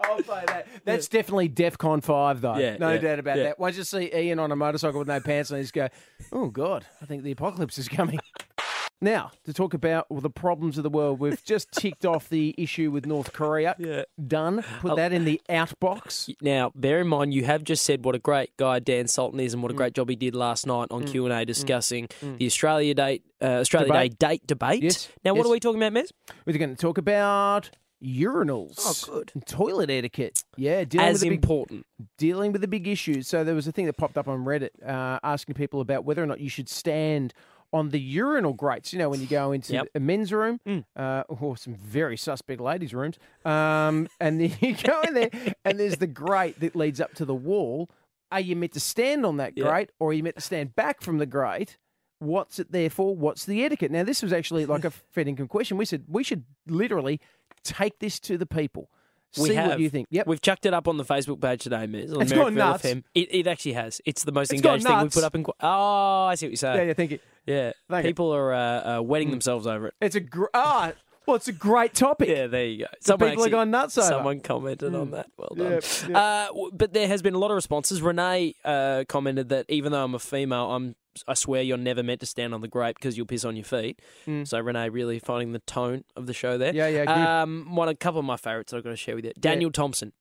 Speaker 2: I'll say that. <laughs> That's definitely DEFCON 5, though.
Speaker 15: Yeah,
Speaker 2: no
Speaker 15: yeah,
Speaker 2: doubt about
Speaker 15: yeah.
Speaker 2: that. Once you see Ian on a motorcycle with no pants on, you just go, oh, God, I think the apocalypse is coming. <laughs> now, to talk about the problems of the world, we've just ticked off the issue with North Korea. Yeah. Done. Put that in the outbox.
Speaker 8: Now, bear in mind, you have just said what a great guy Dan Sultan is, and what a great job he did last night on
Speaker 2: Mm.
Speaker 8: Q and A
Speaker 2: Mm.
Speaker 8: discussing
Speaker 2: Mm.
Speaker 8: the Australia Day uh, Australia
Speaker 2: Debate.
Speaker 8: Day date debate.
Speaker 2: Yes.
Speaker 8: Now, what
Speaker 2: Yes.
Speaker 8: are we talking about, Mez?
Speaker 2: We're going to talk about urinals.
Speaker 8: Oh, good.
Speaker 2: And toilet etiquette. Yeah,
Speaker 8: As
Speaker 2: with the big-
Speaker 8: important.
Speaker 2: dealing with the big issues. So there was a thing that popped up on Reddit uh, asking people about whether or not you should stand on the urinal grates. You know, when you go into
Speaker 8: Yep.
Speaker 2: a men's room
Speaker 8: Mm.
Speaker 2: uh, or some very suspect ladies' rooms, um, <laughs> and then you go in there and there's the grate that leads up to the wall. Are you meant to stand on that
Speaker 8: Yeah.
Speaker 2: grate or are you meant to stand back from the grate? What's it there for? What's the etiquette?
Speaker 8: <laughs>
Speaker 2: Now, this was actually like a fair income question. We said we should literally take this to the people. See what you think. Yep.
Speaker 8: We've chucked it up on the Facebook page today, Miz. on
Speaker 2: It's
Speaker 8: Merrickville
Speaker 2: gone nuts.
Speaker 8: FM. It, it actually has. It's the most
Speaker 2: It's gone
Speaker 8: engaged thing we've
Speaker 2: nuts.
Speaker 8: put up in. Qu- oh, I see what you're saying.
Speaker 2: Yeah, yeah, thank you.
Speaker 8: Yeah,
Speaker 2: Thank you. Mm.
Speaker 8: people are uh, uh, wetting themselves over it.
Speaker 2: It's a gr- ah, well, it's a great topic.
Speaker 8: Yeah, there you go.
Speaker 2: The people are gone nuts over. Hmm.
Speaker 8: Someone commented on that. Well done.
Speaker 2: Yep, yep.
Speaker 8: Uh, w- but there has been a lot of responses. Renee uh, commented that even though I'm a female, I'm I swear you're never meant to stand on the grape because you'll piss on your feet.
Speaker 2: Mm.
Speaker 8: So Renee really finding the tone of the show there.
Speaker 2: Yeah, yeah, good.
Speaker 8: Um, one a couple of my favourites I've got to share with you. Daniel Thompson,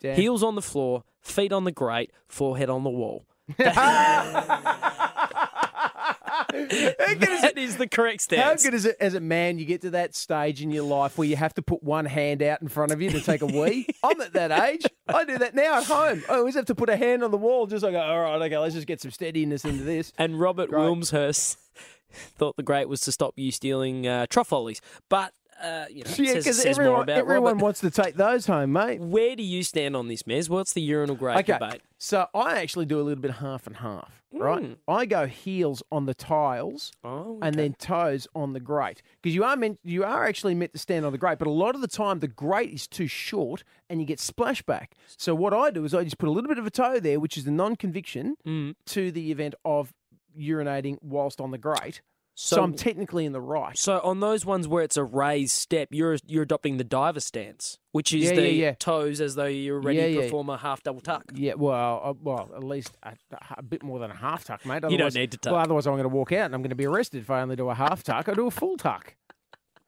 Speaker 2: Dan. <laughs>
Speaker 8: heels on the floor, feet on the grate, forehead on the wall. <laughs> that is the correct
Speaker 2: How
Speaker 8: stance.
Speaker 2: good is it as a man you get to that stage in your life where you have to put one hand out in front of you to take
Speaker 8: <laughs>
Speaker 2: a wee? I'm at that age. <laughs> I do that now at home. I always have to put a hand on the wall just like, all right, okay, let's just get some steadiness into this.
Speaker 8: And Robert Wilmshurst <laughs> thought the great was to stop you stealing uh, trough lollies, but uh, you know,
Speaker 2: Yeah,
Speaker 8: says,
Speaker 2: because
Speaker 8: says more
Speaker 2: everyone,
Speaker 8: about
Speaker 2: everyone
Speaker 8: Robert.
Speaker 2: wants to take those home, mate.
Speaker 8: Where do you stand on this, Mez? What's the urinal grape
Speaker 2: Okay,
Speaker 8: debate?
Speaker 2: so I actually do a little bit of half and half,
Speaker 8: Hmm.
Speaker 2: right? I go heels on the tiles
Speaker 8: Oh,
Speaker 2: and then toes on the grate because you are meant, you are actually meant to stand on the grate, but a lot of the time the grate is too short and you get splashback. So what I do is I just put a little bit of a toe there, which is the non-conviction
Speaker 8: Hmm.
Speaker 2: to the event of urinating whilst on the grate. So,
Speaker 8: So-
Speaker 2: I'm technically in the right.
Speaker 8: So on those ones where it's a raised step, you're you're adopting the diver stance, which is
Speaker 2: Yeah,
Speaker 8: the
Speaker 2: yeah, yeah.
Speaker 8: toes as though you're ready
Speaker 2: Yeah,
Speaker 8: to
Speaker 2: yeah.
Speaker 8: perform a half double tuck.
Speaker 2: Yeah, well, uh, well, at least a, a bit more than a half tuck, mate.
Speaker 8: You don't
Speaker 2: Otherwise-
Speaker 8: need to tuck.
Speaker 2: Well, otherwise I'm going to walk out and I'm going to be arrested if I only do a half tuck. I do a full tuck.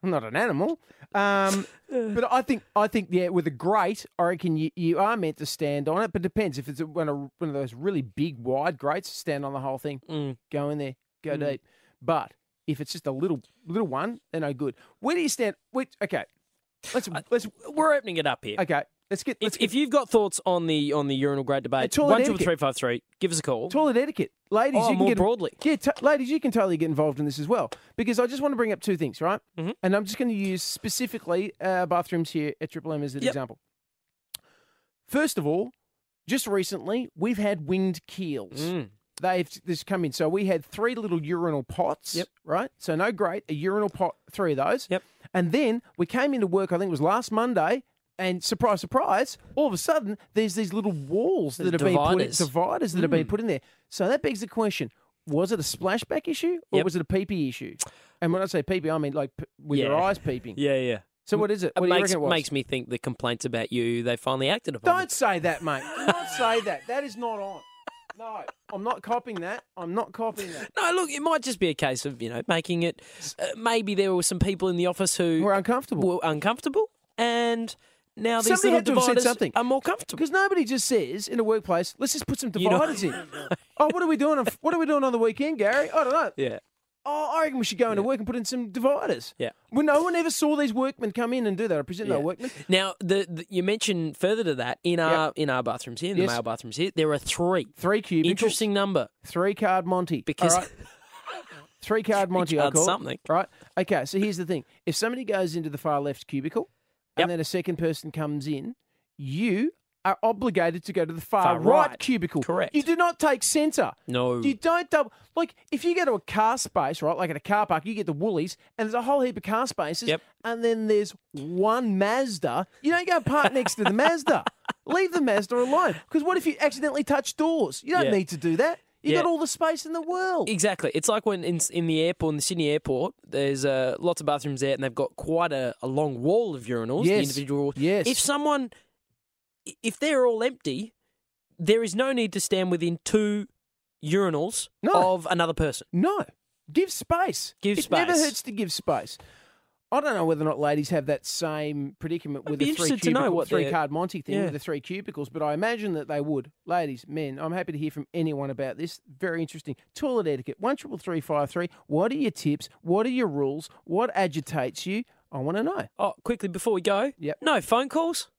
Speaker 2: I'm not an animal.
Speaker 8: <sighs>
Speaker 2: Um, but I think I think yeah, with a grate, I reckon you, you are meant to stand on it. But depends if it's one of one of those really big wide grates, stand on the whole thing. Go in there, go
Speaker 8: Mm.
Speaker 2: deep. But if it's just a little little one, then no good. Where do you stand? Which okay, let's let's
Speaker 8: we're opening it up here.
Speaker 2: Okay, let's get
Speaker 8: If, if you've got thoughts on the on the urinal grape debate,
Speaker 2: toilet
Speaker 8: one triple
Speaker 2: etiquette.
Speaker 8: three five three, give us a call.
Speaker 2: Toilet etiquette, ladies.
Speaker 8: Oh,
Speaker 2: you can
Speaker 8: more
Speaker 2: get
Speaker 8: broadly.
Speaker 2: Yeah, t- ladies, you can totally get involved in this as well because I just want to bring up two things, right?
Speaker 8: Mm-hmm.
Speaker 2: And I'm just going to use specifically uh, bathrooms here at Triple M as an example. First of all, just recently we've had winged keels.
Speaker 8: Mm.
Speaker 2: They've this come in. So we had three little urinal pots. Yep. Right. So no great, a urinal pot, three of those. Yep. And then we came into work. I think it was last Monday. And surprise, surprise! All of a sudden, there's these little walls that have
Speaker 8: There's
Speaker 2: been put in,
Speaker 8: dividers.
Speaker 2: dividers that have been
Speaker 8: Mm.
Speaker 2: put in there. So that begs the question: Was it a splashback issue or
Speaker 8: Yep.
Speaker 2: was it a peepee issue? And when I say peepee, I mean like p- with your
Speaker 8: Yeah.
Speaker 2: eyes
Speaker 8: <laughs>
Speaker 2: peeping.
Speaker 8: Yeah, yeah.
Speaker 2: So what is it? What do you
Speaker 8: makes,
Speaker 2: reckon it was?
Speaker 8: makes me think the complaints about you they finally acted upon.
Speaker 2: Don't say that, mate. Do not say that. That is not on. No, I'm not copying that. I'm not copying that.
Speaker 8: <laughs> No, look, it might just be a case of you know making it. Uh, maybe there were some people in the office who were
Speaker 2: uncomfortable.
Speaker 8: Were uncomfortable, and now these
Speaker 2: Somebody
Speaker 8: little
Speaker 2: had to have said
Speaker 8: dividers
Speaker 2: something.
Speaker 8: are more comfortable.
Speaker 2: Because nobody just says in a workplace, "Let's just put some
Speaker 8: <laughs> You know-
Speaker 2: dividers in." oh, what are we doing? On, what are we doing on the weekend, Gary? I don't know.
Speaker 8: <laughs> Yeah,
Speaker 2: Oh, I reckon we should go into work and put in some dividers.
Speaker 8: yeah.
Speaker 2: Well, no one ever saw these workmen come in and do that. I presume
Speaker 8: Yeah.
Speaker 2: they're workmen.
Speaker 8: Now, the, the you mentioned further to that in our in our bathrooms here, in
Speaker 2: Yes.
Speaker 8: the male bathrooms here, there are three
Speaker 2: three cubicles.
Speaker 8: Interesting number.
Speaker 2: Three card Monty.
Speaker 8: Because <laughs>
Speaker 2: All right. three card Monty. I
Speaker 8: card
Speaker 2: call it.
Speaker 8: something.
Speaker 2: Right. Okay. So here's the thing: if somebody goes into the far left cubicle, and then a second person comes in, you are obligated to go to the far,
Speaker 8: Far
Speaker 2: right.
Speaker 8: right.
Speaker 2: cubicle.
Speaker 8: Correct.
Speaker 2: You do not take centre.
Speaker 8: No.
Speaker 2: You don't double. Like if you go to a car space, right? Like at a car park, you get the Woolies, and there's a whole heap of car spaces.
Speaker 8: Yep.
Speaker 2: And then there's one Mazda. You don't go and park next to the
Speaker 8: <laughs>
Speaker 2: Mazda. Leave the Mazda alone. Because what if you accidentally touch doors? You don't
Speaker 8: Yeah.
Speaker 2: need to do that. You
Speaker 8: Yeah.
Speaker 2: got all the space in the world.
Speaker 8: Exactly. It's like when in, in the airport, in the Sydney airport, there's uh, lots of bathrooms there, and they've got quite a, a long wall of urinals. The
Speaker 2: Yes.
Speaker 8: individual. Walls.
Speaker 2: Yes.
Speaker 8: If someone, if they're all empty, there is no need to stand within two urinals of another person.
Speaker 2: No. Give space.
Speaker 8: Give
Speaker 2: it
Speaker 8: space.
Speaker 2: never hurts to give space. I don't know whether or not ladies have that same predicament with
Speaker 8: be
Speaker 2: the three
Speaker 8: interested to know
Speaker 2: cubicle-
Speaker 8: what
Speaker 2: three
Speaker 8: their-
Speaker 2: card Monty thing
Speaker 8: Yeah.
Speaker 2: with the three cubicles, but I imagine that they would. Ladies, men, I'm happy to hear from anyone about this. Very interesting. Toilet etiquette one triple three five three. What are your tips? What are your rules? What agitates you? I want to know.
Speaker 8: Oh, quickly before we go.
Speaker 2: Yep.
Speaker 8: No phone calls.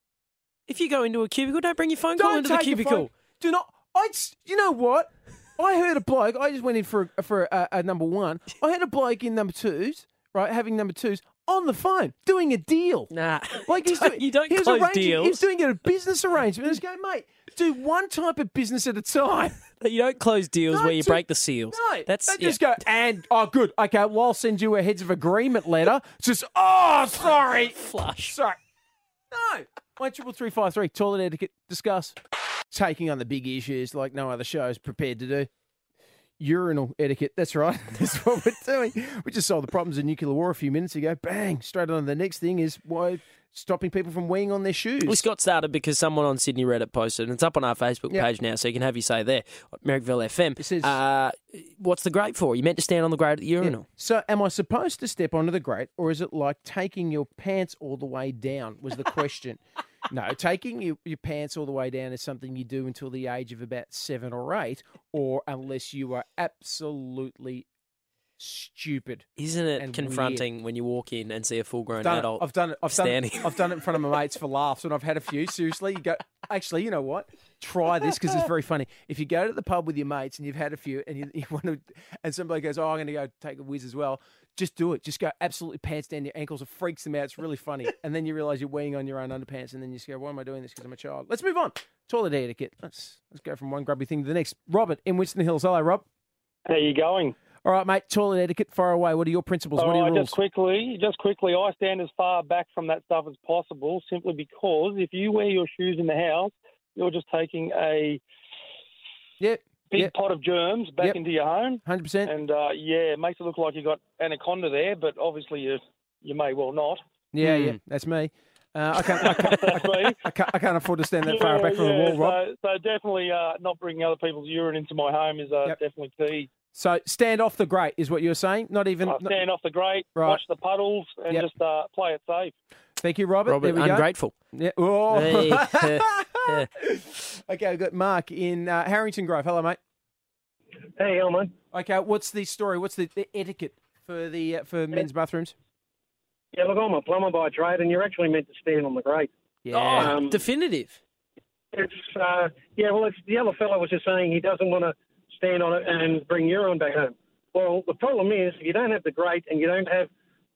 Speaker 8: If you go into a cubicle, don't bring your phone call
Speaker 2: Don't
Speaker 8: into the
Speaker 2: take your
Speaker 8: cubicle.
Speaker 2: phone. Do not. I. You know what? I heard a bloke. I just went in for a, for a, a number one. I had a bloke in number twos, right, having number twos on the phone doing a deal.
Speaker 8: Nah,
Speaker 2: like
Speaker 8: <laughs>
Speaker 2: he's
Speaker 8: Don't-
Speaker 2: doing,
Speaker 8: you don't
Speaker 2: he was
Speaker 8: close
Speaker 2: arranging- He
Speaker 8: deals.
Speaker 2: was doing a
Speaker 8: <laughs>
Speaker 2: business arrangement. I was going, mate, do one type of business at
Speaker 8: <laughs>
Speaker 2: a time.
Speaker 8: You don't close deals
Speaker 2: No,
Speaker 8: where you
Speaker 2: to-
Speaker 8: break the seals.
Speaker 2: No,
Speaker 8: that's
Speaker 2: they
Speaker 8: yeah.
Speaker 2: just go and oh, good, okay. Well, I'll send you a heads of agreement letter. It's just oh, sorry,
Speaker 8: flush.
Speaker 2: Sorry, no, One triple three five three. Toilet etiquette. Discuss. Taking on the big issues like no other show is prepared to do. Urinal etiquette. That's right. <laughs> That's what we're doing. We just solved the problems of nuclear war a few minutes ago. Bang! Straight on. to The next thing is why stopping people from weighing on their shoes.
Speaker 8: We just got started because someone on Sydney Reddit posted, and it's up on our Facebook
Speaker 2: Yeah.
Speaker 8: page now, so you can have your say there. Merrickville FM. uh, what's the grate for? You meant to stand on the grate at the urinal.
Speaker 2: So, am I supposed to step onto the grate, or is it like taking your pants all the way down? Was
Speaker 8: <laughs>
Speaker 2: the question. no, taking your, your pants all the way down is something you do until the age of about seven or eight, or unless you are absolutely stupid.
Speaker 8: Isn't it
Speaker 2: and
Speaker 8: confronting
Speaker 2: weird.
Speaker 8: when you walk in and see a full grown
Speaker 2: I've done it.
Speaker 8: adult
Speaker 2: I've done it. I've done
Speaker 8: standing?
Speaker 2: it. I've done it in front of my mates for laughs, and I've had a few. Seriously, you go. Actually, you know what? Try this because it's very funny. If you go to the pub with your mates and you've had a few, and you, <laughs> you want to, and somebody goes, "Oh, I'm going to go take a whiz as well," just do it. Just go absolutely pants down your ankles. It freaks them out. It's
Speaker 8: <laughs>
Speaker 2: really funny, and then you realise you're weeing on your own underpants, and then you just go, "Why am I doing this? Because I'm a child." Let's move on. Toilet etiquette. Let's let's go from one grubby thing to the next. Robert in Winston Hills. Hello, Rob.
Speaker 19: How you going?
Speaker 2: All right, mate. Toilet etiquette. Far away. What are your principles? what are
Speaker 19: All
Speaker 2: your
Speaker 19: right,
Speaker 2: rules?
Speaker 19: Oh, Just quickly, just quickly, I stand as far back from that stuff as possible, simply because if you wear your shoes in the house, you're just taking a big
Speaker 2: yep.
Speaker 19: pot of germs back
Speaker 2: Yep.
Speaker 19: into your home.
Speaker 2: Hundred percent.
Speaker 19: And uh, yeah, it makes it look like you got anaconda there, but obviously you you may well not.
Speaker 2: <laughs> Yeah,
Speaker 19: Hmm.
Speaker 2: yeah, that's me. Uh, I can't, I can't, I can't, I can't, I can't afford to stand that far back from the wall, Rob.
Speaker 19: So, so definitely uh, not bringing other people's urine into my home is uh, definitely key.
Speaker 2: So stand off the grate is what you're saying. Not even.
Speaker 19: I
Speaker 2: not-
Speaker 19: Uh, stand off the grate,
Speaker 2: Right.
Speaker 19: watch the puddles, and
Speaker 2: Yep.
Speaker 19: just uh, play it safe.
Speaker 2: Thank you, Robert.
Speaker 19: Robert,
Speaker 2: there we
Speaker 19: ungrateful.
Speaker 2: Go. Yeah. Oh.
Speaker 19: Hey.
Speaker 2: <laughs>
Speaker 19: <laughs>
Speaker 2: okay, we've got Mark in uh, Harrington Grove. Hello, mate.
Speaker 18: Hey, hello, mate.
Speaker 2: Okay, what's the story? What's the, the etiquette for the uh, for men's bathrooms?
Speaker 18: Yeah, look, I'm a plumber by trade, and you're actually meant to stand on the grate.
Speaker 2: Yeah.
Speaker 18: Um,
Speaker 8: definitive.
Speaker 18: It's uh, yeah. Well, it's the other fellow was just saying he doesn't want to stand on it and bring urine back home. Well, the problem is if you don't have the grate and you don't have,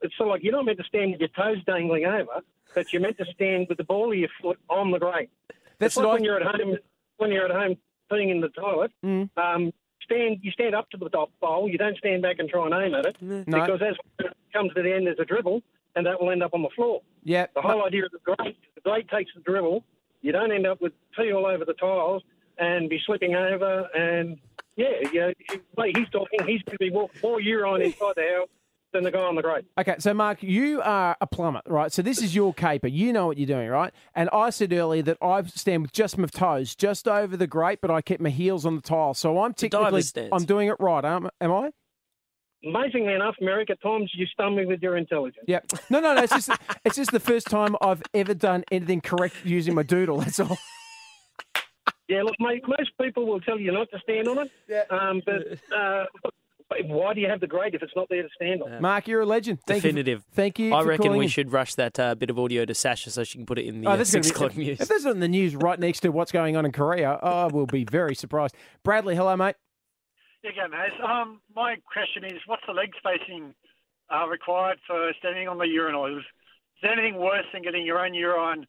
Speaker 18: it's sort of like you're not meant to stand with your toes dangling over, but you're meant to stand with the ball of your foot on the grate.
Speaker 2: That's
Speaker 18: It's like
Speaker 2: what I-
Speaker 18: when you're at home. When you're at home peeing in the toilet,
Speaker 2: Mm.
Speaker 18: um, stand you stand up to the top bowl. You don't stand back and try and aim at it
Speaker 2: No.
Speaker 18: because as it comes to the end, there's a dribble, and that will end up on the floor.
Speaker 2: Yeah.
Speaker 18: The whole idea of the grate, the grate takes the dribble. You don't end up with pee all over the tiles and be slipping over. And yeah, you know, mate, he's talking. He's going to be more, more urine inside the house than the guy on the grate.
Speaker 2: Okay, so Mark, you are a plumber, right? So this is your caper. You know what you're doing, right? And I said earlier that I stand with just my toes, just over the grate, but I kept my heels on the tile. So I'm technically,
Speaker 18: diver's stance.
Speaker 2: I'm doing it right, am, am I?
Speaker 18: Amazingly enough, Merrick, at times you stumble with your intelligence.
Speaker 2: Yep. No, no, no. It's just, <laughs> it's just the first time I've ever done anything correct using my doodle.
Speaker 8: <laughs>
Speaker 2: That's all.
Speaker 18: Yeah, look, mate, most people will tell you not to stand on it. Yeah. Um, but uh, <laughs> why do you have the grate if it's not there to stand on?
Speaker 2: Mark, you're a legend. Thank
Speaker 8: definitive.
Speaker 2: You for, thank you.
Speaker 8: I
Speaker 2: for
Speaker 8: reckon
Speaker 2: calling
Speaker 8: we
Speaker 2: in.
Speaker 8: should rush that uh, bit of audio to Sasha so she can put it in the uh,
Speaker 2: Oh, this is gonna
Speaker 8: six
Speaker 2: be- <laughs>
Speaker 8: o'clock
Speaker 2: if,
Speaker 8: news.
Speaker 2: if this is in the news right next to what's going on in Korea, I will be very surprised. Bradley, hello, mate.
Speaker 20: Yeah, go, mate. Um, my question is, what's the leg spacing uh, required for standing on the urinal? Is there anything worse than getting your own urine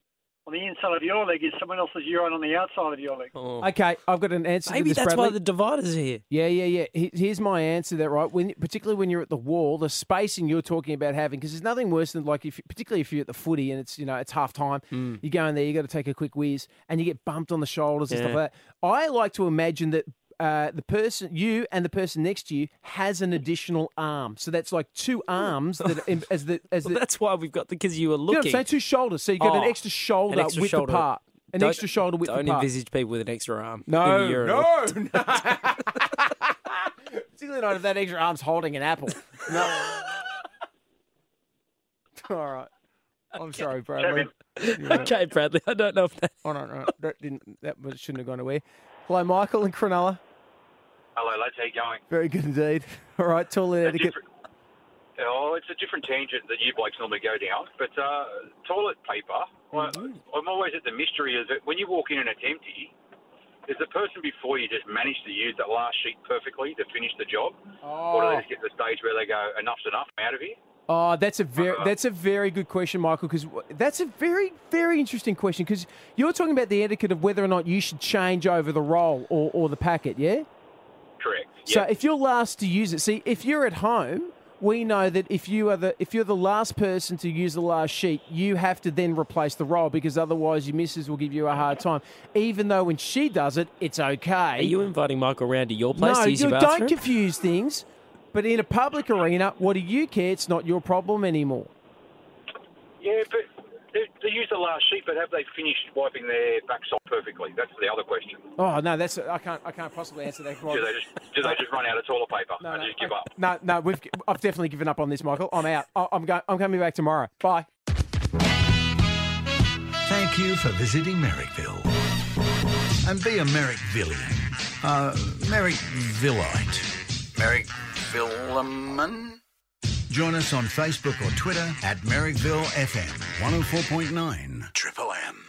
Speaker 20: on the inside of your leg? Is someone else's urine on the outside of your leg?
Speaker 18: Oh.
Speaker 2: Okay, I've got an answer.
Speaker 20: Maybe
Speaker 2: to this,
Speaker 20: that's why
Speaker 2: Bradley.
Speaker 20: the
Speaker 8: dividers are here.
Speaker 2: Yeah, yeah, yeah. He- Here's my answer. to That right, when particularly when you're at the wall, the spacing you're talking about having, because there's nothing worse than like if, particularly if you're at the footy and it's you know it's half time, you go in there, you got to take a quick whiz, and you get bumped on the shoulders and stuff
Speaker 8: Yeah.
Speaker 2: like that. I like to imagine that. Uh, the person you and the person next to you has an additional arm, so that's like two arms that are in, as the as the,
Speaker 8: that's why we've got because you were
Speaker 2: You know what I'm
Speaker 8: looking.
Speaker 2: saying? Two shoulders, so you get
Speaker 8: Oh,
Speaker 2: an extra shoulder
Speaker 8: an extra
Speaker 2: width
Speaker 8: shoulder.
Speaker 2: apart, an
Speaker 8: Don't-
Speaker 2: extra shoulder width
Speaker 8: Don't
Speaker 2: apart.
Speaker 8: envisage people with an extra arm.
Speaker 2: No,
Speaker 8: in the urinal.
Speaker 2: <laughs> no, no. Particularly not if that extra arm's holding an apple. No. <laughs> All right. I'm sorry, Bradley.
Speaker 8: Okay, Bradley. I don't know if that.
Speaker 2: Oh, no, no. That, didn't, that was, shouldn't have gone away. Hello, Michael in Cronulla.
Speaker 21: Hello, lads. How you going?
Speaker 2: Very good indeed. <laughs> All right, toilet etiquette.
Speaker 21: Oh, it's a different tangent that you blokes normally go down. But uh, toilet paper, I, I'm always at the mystery is that when you walk in and it's empty, is the person before you just managed to use that last sheet perfectly to finish the job? Or do
Speaker 2: Oh.
Speaker 21: they just get to the stage where they go, enough's enough, I'm out of here?
Speaker 2: Oh, that's a very that's a very good question, Michael. Because that's a very very interesting question. Because you're talking about the etiquette of whether or not you should change over the roll or, or the packet, yeah?
Speaker 21: Correct.
Speaker 2: So if you're last to use it, see, if you're at home, we know that if you are the if you're the last person to use the last sheet, you have to then replace the roll because otherwise your missus will give you a hard time. Even though when she does it, it's okay.
Speaker 8: Are you inviting Michael round to your place
Speaker 2: no,
Speaker 8: to use
Speaker 2: you
Speaker 8: your bathroom?
Speaker 2: don't confuse things. But in a public arena, what do you care? It's not your problem anymore.
Speaker 21: Yeah, but they, they use the last sheet, but have they finished wiping their backside perfectly? That's the other question.
Speaker 2: Oh no, that's I can't I can't possibly answer that.
Speaker 21: Do they just do they just run out of toilet paper and just give up?
Speaker 2: No, no, we've I've definitely given up on this, Michael. I'm out. I- I'm going. I'm coming back tomorrow. Bye.
Speaker 1: Thank you for visiting Merrickville. And be a Merrickvillian. Uh, Merrickvillite.
Speaker 7: Merrick Philemon?
Speaker 1: oh Join us on Facebook or Twitter at Merrickville FM 104.9 Triple M.